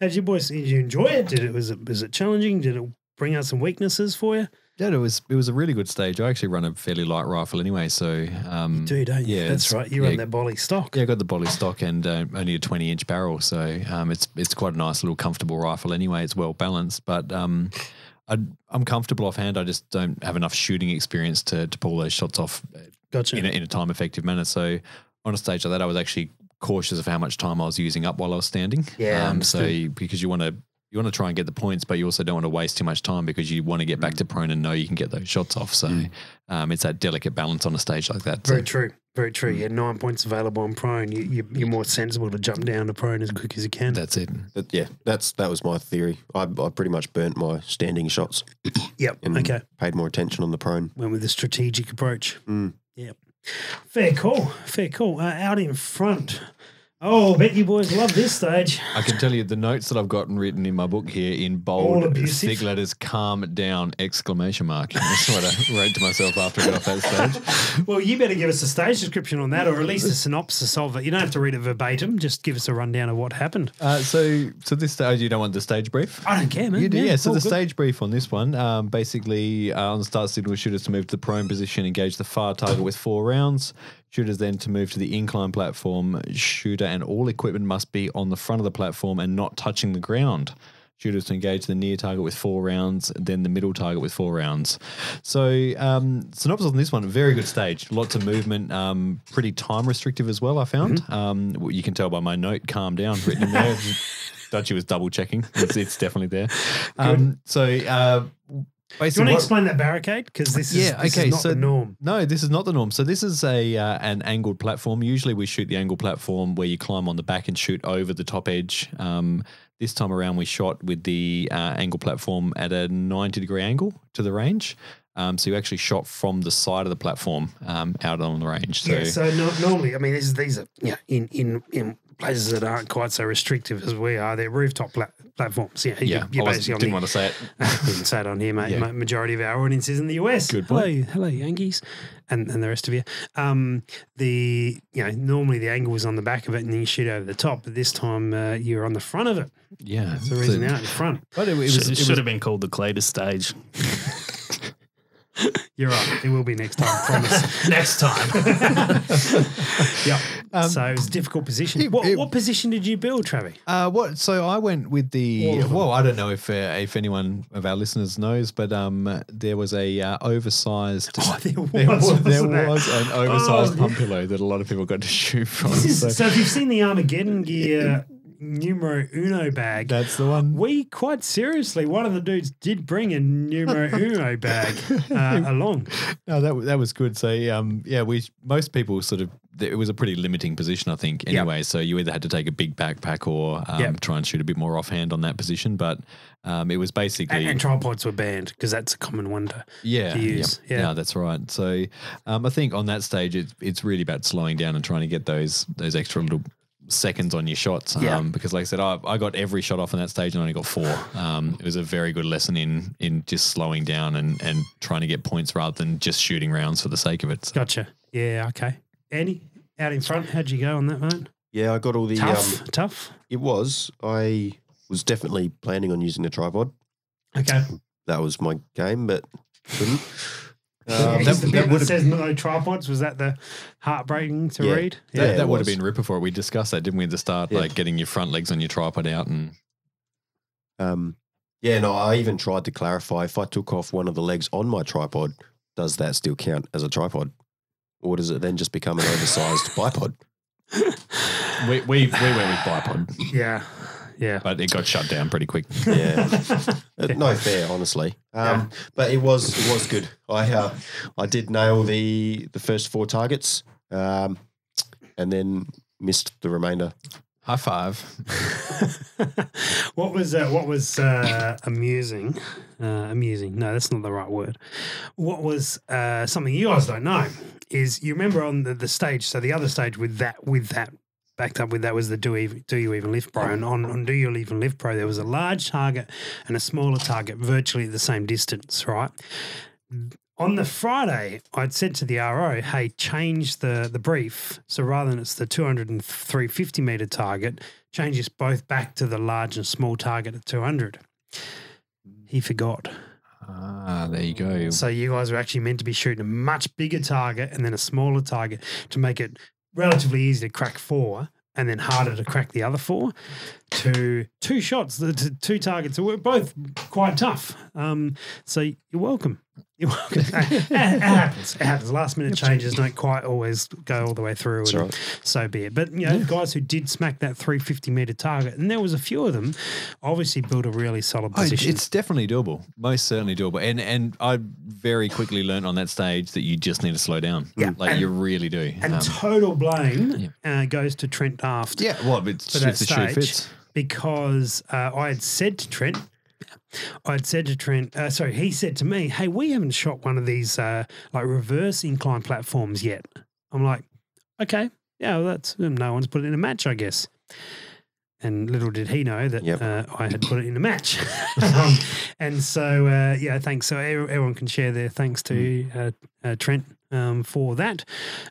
Speaker 2: did you boys did you enjoy it? Did it was it was it challenging? Did it bring out some weaknesses for you?
Speaker 5: Yeah, it was it was a really good stage. I actually run a fairly light rifle anyway, so um,
Speaker 2: Do don't you?
Speaker 5: yeah,
Speaker 2: That's
Speaker 5: it's-
Speaker 2: right. You
Speaker 5: yeah.
Speaker 2: run that bolly stock.
Speaker 5: Yeah, I got the body stock and uh, only a 20 inch barrel. So um, it's it's quite a nice little comfortable rifle anyway. It's well balanced, but um, i I'm comfortable offhand. I just don't have enough shooting experience to, to pull those shots off
Speaker 2: Gotcha.
Speaker 5: in a, in a time effective manner. So on a stage like that, I was actually cautious of how much time I was using up while I was standing.
Speaker 2: Yeah,
Speaker 5: Um, so
Speaker 2: understood.
Speaker 5: you- because you want to. You want to try and get the points, but you also don't want to waste too much time because you want to get back
Speaker 2: Mm.
Speaker 5: to prone and know you can get those shots off. So um, it's that delicate balance on a Mm. stage like that. So-
Speaker 2: Very true. Very true. Yeah, nine points available on prone. You, you, you're more sensible to jump down to prone as quick as you can.
Speaker 5: that's it.
Speaker 3: But yeah, that's that was my theory. I, I pretty much burnt my standing shots
Speaker 2: yep.
Speaker 3: and
Speaker 2: Okay.
Speaker 3: paid more attention on the prone.
Speaker 2: Went with a strategic approach.
Speaker 3: Mm.
Speaker 2: Yep. Fair call. Fair call. Uh, out in front. Oh, bet you boys love this stage.
Speaker 5: I can tell you the notes that I've gotten written in my book here in
Speaker 2: All
Speaker 5: bold,
Speaker 2: abusive.
Speaker 5: thick letters, calm down, exclamation mark. That's what I wrote to myself after I got off that stage.
Speaker 2: Well, you better give us a stage description on that, or at least a synopsis of it. You don't have to read it verbatim. Just give us a rundown of what happened.
Speaker 5: Uh, so, so this stage, you don't want the stage brief?
Speaker 2: I don't care, man.
Speaker 5: You do, yeah. So
Speaker 2: all
Speaker 5: the
Speaker 2: good.
Speaker 5: stage brief on this one, um, basically, uh, on the start signal, shooters to move to the prone position, engage the fire target with four rounds. Shooters then to move to the incline platform. Shooter and all equipment must be on the front of the platform and not touching the ground. Shooters to engage the near target with four rounds, then the middle target with four rounds. So um, synopsis on this one, very good stage, lots of movement, um, pretty time restrictive as well. I found um, well, you can tell by my note, calm down, written in there. Dutchy was double checking. It's, it's definitely there. Um, so uh,
Speaker 2: Do you
Speaker 5: basically,
Speaker 2: want to
Speaker 5: what-
Speaker 2: explain that barricade? Because this is
Speaker 5: yeah,
Speaker 2: this
Speaker 5: okay.
Speaker 2: is not
Speaker 5: so
Speaker 2: the norm.
Speaker 5: No, this is not the norm. So this is a uh, an angled platform. Usually we shoot the angled platform where you climb on the back and shoot over the top edge. Um, this time around we shot with the uh, angle platform at a ninety degree angle to the range. Um, so you actually shot from the side of the platform um, out on the range. So,
Speaker 2: Yeah, so no, normally, I mean, these, these are yeah, in, in, in places that aren't quite so restrictive as we are, they're rooftop pla- platforms. Yeah,
Speaker 5: yeah,
Speaker 2: you're, you're
Speaker 5: I was,
Speaker 2: basically
Speaker 5: didn't
Speaker 2: on the,
Speaker 5: want to say it.
Speaker 2: we can say it on here, mate.
Speaker 5: Yeah.
Speaker 2: Ma- Majority of our audience is in the US.
Speaker 5: Good point.
Speaker 2: Hello, hello, Yankees, and, and the rest of you. Um, the you know normally the angle is on the back of it, and then you shoot over the top. But this time uh, you're on the front of it.
Speaker 5: Yeah,
Speaker 2: That's the reason out in front.
Speaker 5: But it, it
Speaker 4: It,
Speaker 5: was, it
Speaker 4: should
Speaker 5: was-
Speaker 4: have been called the Cletus stage.
Speaker 2: You're right. It will be next time. Promise.
Speaker 4: Next time.
Speaker 2: yep. so it was a difficult position.
Speaker 5: Um, it-
Speaker 2: what,
Speaker 5: it-
Speaker 2: what position did you build, Travi?
Speaker 5: Uh, what? So I went with
Speaker 2: All
Speaker 5: the.
Speaker 2: of them.
Speaker 5: Well, I don't know if uh, if anyone of our listeners knows, but um, there was a uh, oversized.
Speaker 2: Oh, there was,
Speaker 5: there was,
Speaker 2: wasn't
Speaker 5: there
Speaker 2: there?
Speaker 5: was an oversized
Speaker 2: Oh,
Speaker 5: pump pillow that a lot of people got to shoot from.
Speaker 2: This is-
Speaker 5: so
Speaker 2: so if you've seen the Armageddon gear numero uno bag,
Speaker 5: that's the one.
Speaker 2: We quite seriously, one of the dudes did bring a numero uno bag uh, along.
Speaker 5: No, that wa- that was good. So um, yeah, we most people sort of it was a pretty limiting position, I think. Anyway, so you either had to take a big backpack or um,
Speaker 2: Yep.
Speaker 5: try and shoot a bit more offhand on that position. But um, it was basically
Speaker 2: And, and tripods were banned because that's a common one to
Speaker 5: yeah,
Speaker 2: to use.
Speaker 5: Yeah.
Speaker 2: Yeah.
Speaker 5: No, that's right. So um, I think on that stage, it, it's really about slowing down and trying to get those those extra little seconds on your shots. Um,
Speaker 2: Yeah.
Speaker 5: Because like I said, I, I got every shot off on that stage and only got four. Um, it was a very good lesson in in just slowing down and, and trying to get points rather than just shooting rounds for the sake of it. So,
Speaker 2: Gotcha. Yeah. Okay. Andy, out in front, how'd you go on that, mate?
Speaker 3: Yeah, I got all the.
Speaker 2: Tough.
Speaker 3: Um,
Speaker 2: tough.
Speaker 3: it was. I was definitely planning on using the tripod.
Speaker 2: Okay.
Speaker 3: That was my game, but couldn't.
Speaker 2: Yeah,
Speaker 3: Um,
Speaker 2: he's
Speaker 3: that
Speaker 2: the bit that,
Speaker 3: would have
Speaker 2: says no tripods. Was that the heartbreaking to
Speaker 3: Yeah.
Speaker 2: read?
Speaker 5: that,
Speaker 3: Yeah,
Speaker 5: that
Speaker 3: it
Speaker 5: would have
Speaker 3: was.
Speaker 5: been ripper for it. We discussed that, didn't we, at the start?
Speaker 3: Yeah.
Speaker 5: Like getting your front legs on your tripod out and
Speaker 3: Um, yeah, no, I even tried to clarify if I took off one of the legs on my tripod, does that still count as a tripod? Or does it then just become an oversized bipod?
Speaker 5: we we, we went with bipod.
Speaker 2: Yeah. Yeah.
Speaker 5: but it got shut down pretty quick.
Speaker 3: Yeah, Uh, no fair, honestly. Um, But it was it was good. I uh, I did nail the the first four targets, um, and then missed the remainder.
Speaker 5: High five.
Speaker 2: what was uh, what was uh, amusing? Uh, amusing? No, that's not the right word. What was uh, something you guys don't know is you remember on the, the stage. So the other stage with that with that backed up with that was the do Ev- do you even live pro and on, on do you even live pro there was a large target and a smaller target virtually at the same distance right on the Friday, I'd said to the RO, hey, change the, the brief. So rather than it's the 200 and 350 meter target, change us both back to the large and small target at 200. He forgot.
Speaker 5: Ah, there you go.
Speaker 2: So you guys were actually meant to be shooting a much bigger target and then a smaller target to make it relatively easy to crack four and then harder to crack the other four to two shots, the to two targets that were both quite tough. Um, so you're welcome. You're welcome. it happens. It happens. Last minute changes don't quite always go all the way through.
Speaker 3: That's
Speaker 2: and
Speaker 3: right.
Speaker 2: So be it. But you know, guys who did smack that 350 meter target, and there was a few of them, obviously built a really solid
Speaker 5: Oh, it-
Speaker 2: position.
Speaker 5: it's definitely doable. Most certainly doable. And and I very quickly learned on that stage that you just need to slow down.
Speaker 2: Yeah.
Speaker 5: Like
Speaker 2: And-
Speaker 5: you really do.
Speaker 2: and
Speaker 5: Um,
Speaker 2: total blame uh, goes to Trent Daft.
Speaker 5: yeah, well, it's,
Speaker 2: for
Speaker 5: if
Speaker 2: that
Speaker 5: the shoe
Speaker 2: stage
Speaker 5: fits.
Speaker 2: because uh, I had said to Trent, I had said to Trent, uh, sorry, he said to me, "Hey, we haven't shot one of these uh, like reverse incline platforms yet." I'm like, "Okay, yeah, well, that's um, no one's put it in a match, I guess." And little did he know that
Speaker 3: Yep.
Speaker 2: uh, I had put it in a match. um, and so, uh, yeah, thanks. So e- everyone can share their thanks to
Speaker 5: Mm.
Speaker 2: uh, uh, Trent um, for that.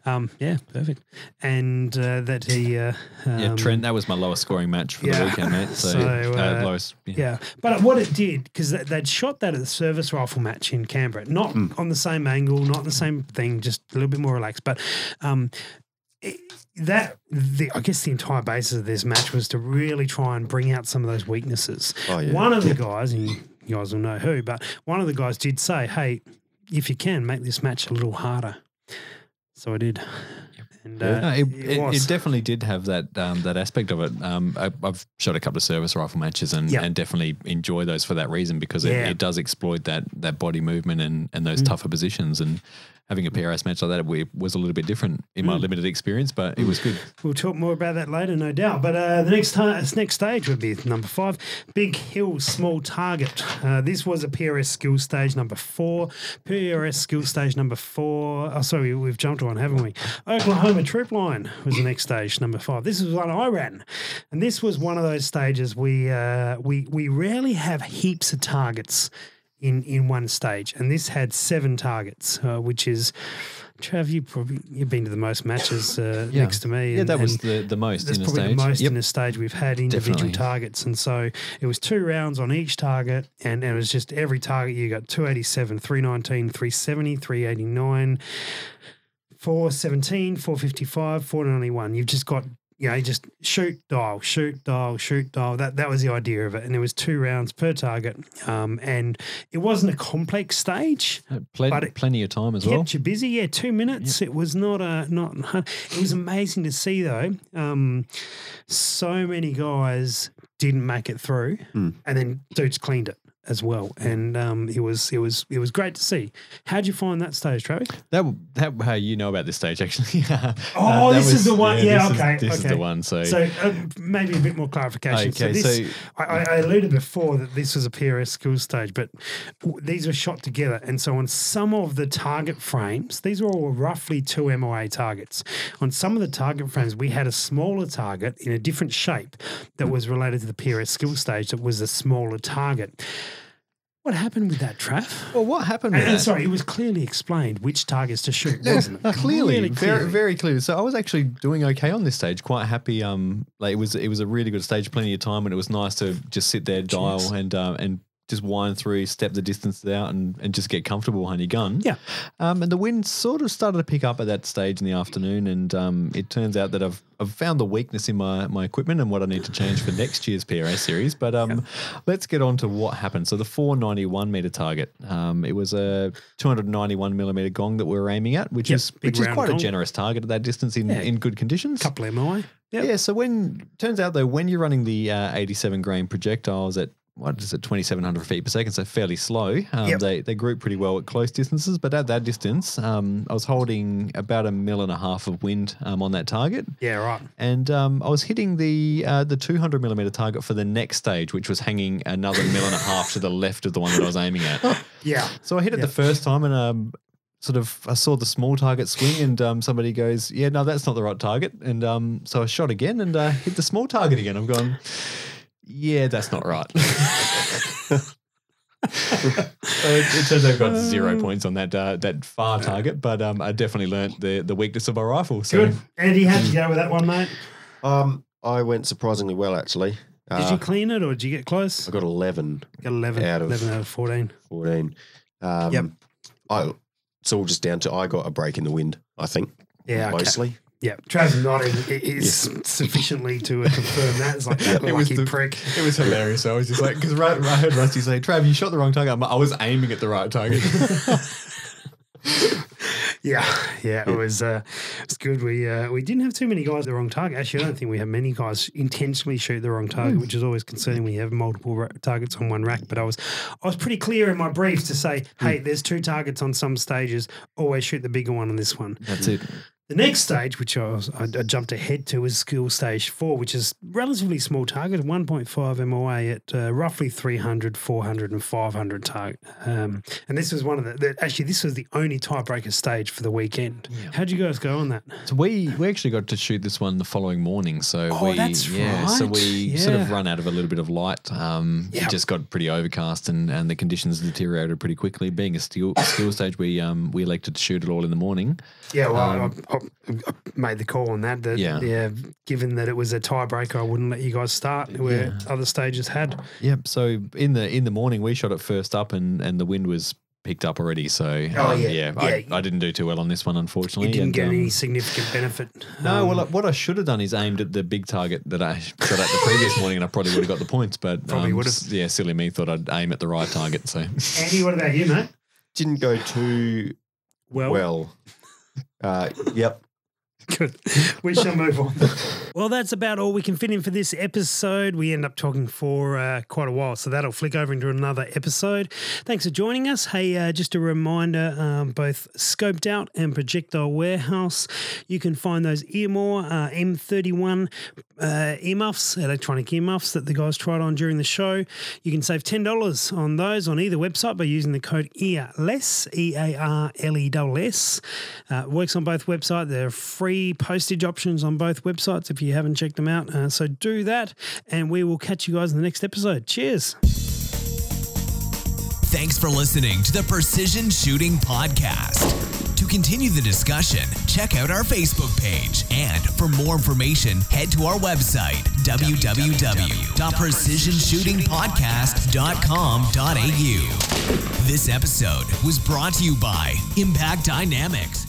Speaker 2: Um, yeah, perfect. And uh, that he. Uh, um,
Speaker 5: Yeah, Trent, that was my lowest scoring match for
Speaker 2: yeah.
Speaker 5: the weekend, mate. So,
Speaker 2: So,
Speaker 5: uh,
Speaker 2: uh,
Speaker 5: lowest. Yeah.
Speaker 2: Yeah, but what it did because they'd shot that at the service rifle match in Canberra, not
Speaker 3: Hmm.
Speaker 2: on the same angle, not the same thing, just a little bit more relaxed. But um, it- that the, I guess the entire basis of this match was to really try and bring out some of those weaknesses.
Speaker 3: Oh, yeah.
Speaker 2: One of the guys, and you guys will know who, but one of the guys did say, "Hey, if you can make this match a little harder," so I did. And uh,
Speaker 5: No, it,
Speaker 2: it,
Speaker 5: it,
Speaker 2: was.
Speaker 5: it definitely did have that um, that aspect of it. Um, I, I've shot a couple of service rifle matches and,
Speaker 2: Yeah.
Speaker 5: and definitely enjoy those for that reason because
Speaker 2: Yeah. Mm.
Speaker 5: it, it does exploit that that body movement and, and those tougher positions. And having a PRS match like that we, was a little bit different in
Speaker 2: Mm.
Speaker 5: my limited experience, but it was good.
Speaker 2: We'll talk more about that later, no doubt. But uh, the next ta- next stage would be number five, Big Hill Small Target. Uh, this was a PRS skill stage number four. PRS skill stage number four. Oh, sorry, we- we've jumped one, haven't we? Oklahoma Troop Line was the next stage, number five. This is one I ran, and this was one of those stages we uh, we we rarely have heaps of targets in in one stage, and this had seven targets, uh, which is. Trav, you probably you've been to the most matches uh, next to me.
Speaker 5: Yeah,
Speaker 2: and-
Speaker 5: that was
Speaker 2: and
Speaker 5: the, the most
Speaker 2: that's
Speaker 5: in a
Speaker 2: probably
Speaker 5: stage.
Speaker 2: the most
Speaker 5: Yep.
Speaker 2: in a stage we've had individual
Speaker 5: Definitely.
Speaker 2: targets, and so it was two rounds on each target, and it was just every target you got 287, 319, 370, 389, 417, 455, 491. You've just got you know, you just shoot, dial, shoot, dial, shoot, dial. That that was the idea of it, and there was two rounds per target, um, and it wasn't a complex stage.
Speaker 5: Plen-
Speaker 2: but it-
Speaker 5: plenty of time as well.
Speaker 2: Kept you busy, yeah. Two minutes. It was not a not. It was amazing to see though. Um, so many guys didn't make it through, and then dudes cleaned it as well. And um, it was it was it was great to see. How'd you find that stage, Travis?
Speaker 5: That that how you know about this stage actually. Uh,
Speaker 2: Oh,
Speaker 5: that
Speaker 2: this is the one- yeah,
Speaker 5: this is-
Speaker 2: okay,
Speaker 5: this is
Speaker 2: okay.
Speaker 5: the one. So,
Speaker 2: So uh, maybe a bit more clarification. so,
Speaker 5: Okay,
Speaker 2: this,
Speaker 5: so-
Speaker 2: I, I I alluded before that this was a PRS school stage, but w- these were shot together, and so on some of the target frames, these were all roughly two MOA targets. On some of the target frames, we had a smaller target in a different shape that was related to the PRS school stage. That was a smaller target. What happened with that, Trav?
Speaker 5: well, what happened?
Speaker 2: And,
Speaker 5: With
Speaker 2: and
Speaker 5: that?
Speaker 2: sorry, it was clearly explained which targets to shoot, wasn't it?
Speaker 5: Uh, clearly,
Speaker 2: Really
Speaker 5: very very clearly. So I was actually doing okay on this stage, quite happy. Um, like it was it was a really good stage, plenty of time, and it was nice to just sit there, dial, and um, and just wind through, step the distances out, and, and just get comfortable behind your gun.
Speaker 2: Yeah.
Speaker 5: Um, and the wind sort of started to pick up at that stage in the afternoon, and um, it turns out that I've I've found the weakness in my, my equipment and what I need to change for next year's PRA series. But um, let's get on to what happened. So the 491 meter target, um, it was a 291 millimeter gong that we were aiming at, which
Speaker 2: Yep,
Speaker 5: is
Speaker 2: big
Speaker 5: which is
Speaker 2: round
Speaker 5: quite a
Speaker 2: gong.
Speaker 5: generous target at that distance in,
Speaker 2: Yeah.
Speaker 5: in good conditions.
Speaker 2: couple MI. Yep.
Speaker 5: Yeah. So when turns out though, when you're running the uh, 87 grain projectiles at what is it, 2,700 feet per second, so fairly slow. Um,
Speaker 2: Yep.
Speaker 5: They they group pretty well at close distances, but at that distance, um, I was holding about a mil and a half of wind um, on that target,
Speaker 2: Yeah, right.
Speaker 5: and um, I was hitting the uh, the 200 millimeter target for the next stage, which was hanging another mil and a half to the left of the one that I was aiming at.
Speaker 2: Yeah.
Speaker 5: So I hit it the
Speaker 2: Yeah.
Speaker 5: first time and um, sort of I saw the small target swing and um, somebody goes, yeah, no, that's not the right target. And um, so I shot again and uh, hit the small target again. I'm going, yeah, that's not right. So it, it turns out I've got zero points on that uh, that far target, but um, I definitely learnt the, the weakness of my rifle. So
Speaker 2: Good. Andy, how'd you go with that one, mate?
Speaker 3: Um, I went surprisingly well actually. Uh,
Speaker 2: Did you clean it or did you get close?
Speaker 3: I got 11,
Speaker 2: Got 11
Speaker 3: out of-
Speaker 2: 11 out of 14.
Speaker 3: 14. Um,
Speaker 2: Yep.
Speaker 3: I, it's all just down to I got a break in the wind. I think
Speaker 2: Yeah, okay.
Speaker 3: mostly.
Speaker 2: Yeah, Trav's nodding i- is sufficiently to uh, confirm that. It's like that
Speaker 5: It was
Speaker 2: lucky
Speaker 5: the-
Speaker 2: prick.
Speaker 5: It was hilarious. I was just like, because I heard Rusty say, Trav, you shot the wrong target. I'm like, I was aiming at the right target.
Speaker 2: Yeah, yeah, it was uh, it was good. We uh, we didn't have too many guys at the wrong target. Actually, I don't think we have many guys intentionally shoot the wrong target, which is always concerning when you have multiple ra- targets on one rack. But I was I was pretty clear in my briefs to say, hey, there's two targets on some stages. Always shoot the bigger one on this one.
Speaker 5: That's it.
Speaker 2: The next stage, which I, was, I, I jumped ahead to, is skill stage four, which is relatively small target, 1.5 MOA at uh, roughly 300, 400, and 500 target. Um, and this was one of the, the, actually, this was the only tiebreaker stage for the weekend. How'd you guys go on that?
Speaker 5: So we we actually got to shoot this one the following morning. So
Speaker 2: Oh,
Speaker 5: we
Speaker 2: that's
Speaker 5: yeah, so
Speaker 2: right.
Speaker 5: we sort of
Speaker 2: Yeah.
Speaker 5: run out of a little bit of light. Um,
Speaker 2: Yeah.
Speaker 5: It just got pretty overcast and, and the conditions deteriorated pretty quickly. Being a steel steel stage, we um we elected to shoot it all in the morning.
Speaker 2: Yeah, well,
Speaker 5: Um,
Speaker 2: I, I, I made the call on that. that
Speaker 5: Yeah.
Speaker 2: yeah. Given that it was a tiebreaker, I wouldn't let you guys start where other stages had.
Speaker 5: Yep. So in the in the morning we shot it first up and and the wind was picked up already. So
Speaker 2: Oh,
Speaker 5: um,
Speaker 2: yeah.
Speaker 5: I,
Speaker 2: Yeah.
Speaker 5: I didn't do too well on this one unfortunately.
Speaker 2: You didn't
Speaker 5: and,
Speaker 2: get
Speaker 5: um,
Speaker 2: any significant benefit.
Speaker 5: No,
Speaker 2: Um,
Speaker 5: well, what I should have done is aimed at the big target that I shot at the previous morning, and I probably would have got the points. But
Speaker 2: Probably would have.
Speaker 5: s- Yeah, silly me thought I'd aim at the right target. So
Speaker 2: Andy, what about you, mate?
Speaker 3: Didn't go too
Speaker 2: Well,
Speaker 3: well. Uh, yep.
Speaker 2: Good. We shall move on. well, that's about all we can fit in for this episode. We end up talking for uh, quite a while, so that'll flick over into another episode. Thanks for joining us. Hey, uh, just a reminder um, both Scoped Out and Projectile Warehouse, you can find those Earmore uh, M31 uh, earmuffs, electronic earmuffs that the guys tried on during the show. You can save $10 on those on either website by using the code EARLESS, E A R L E S. Uh, it works on both websites. There are free postage options on both websites if you haven't checked them out. Uh, so do that, and we will catch you guys in the next episode. Cheers.
Speaker 1: Thanks for listening to the Precision Shooting Podcast. To continue the discussion, check out our Facebook page. And for more information, head to our website, www.precisionshootingpodcast.com.au. This episode was brought to you by Impact Dynamics.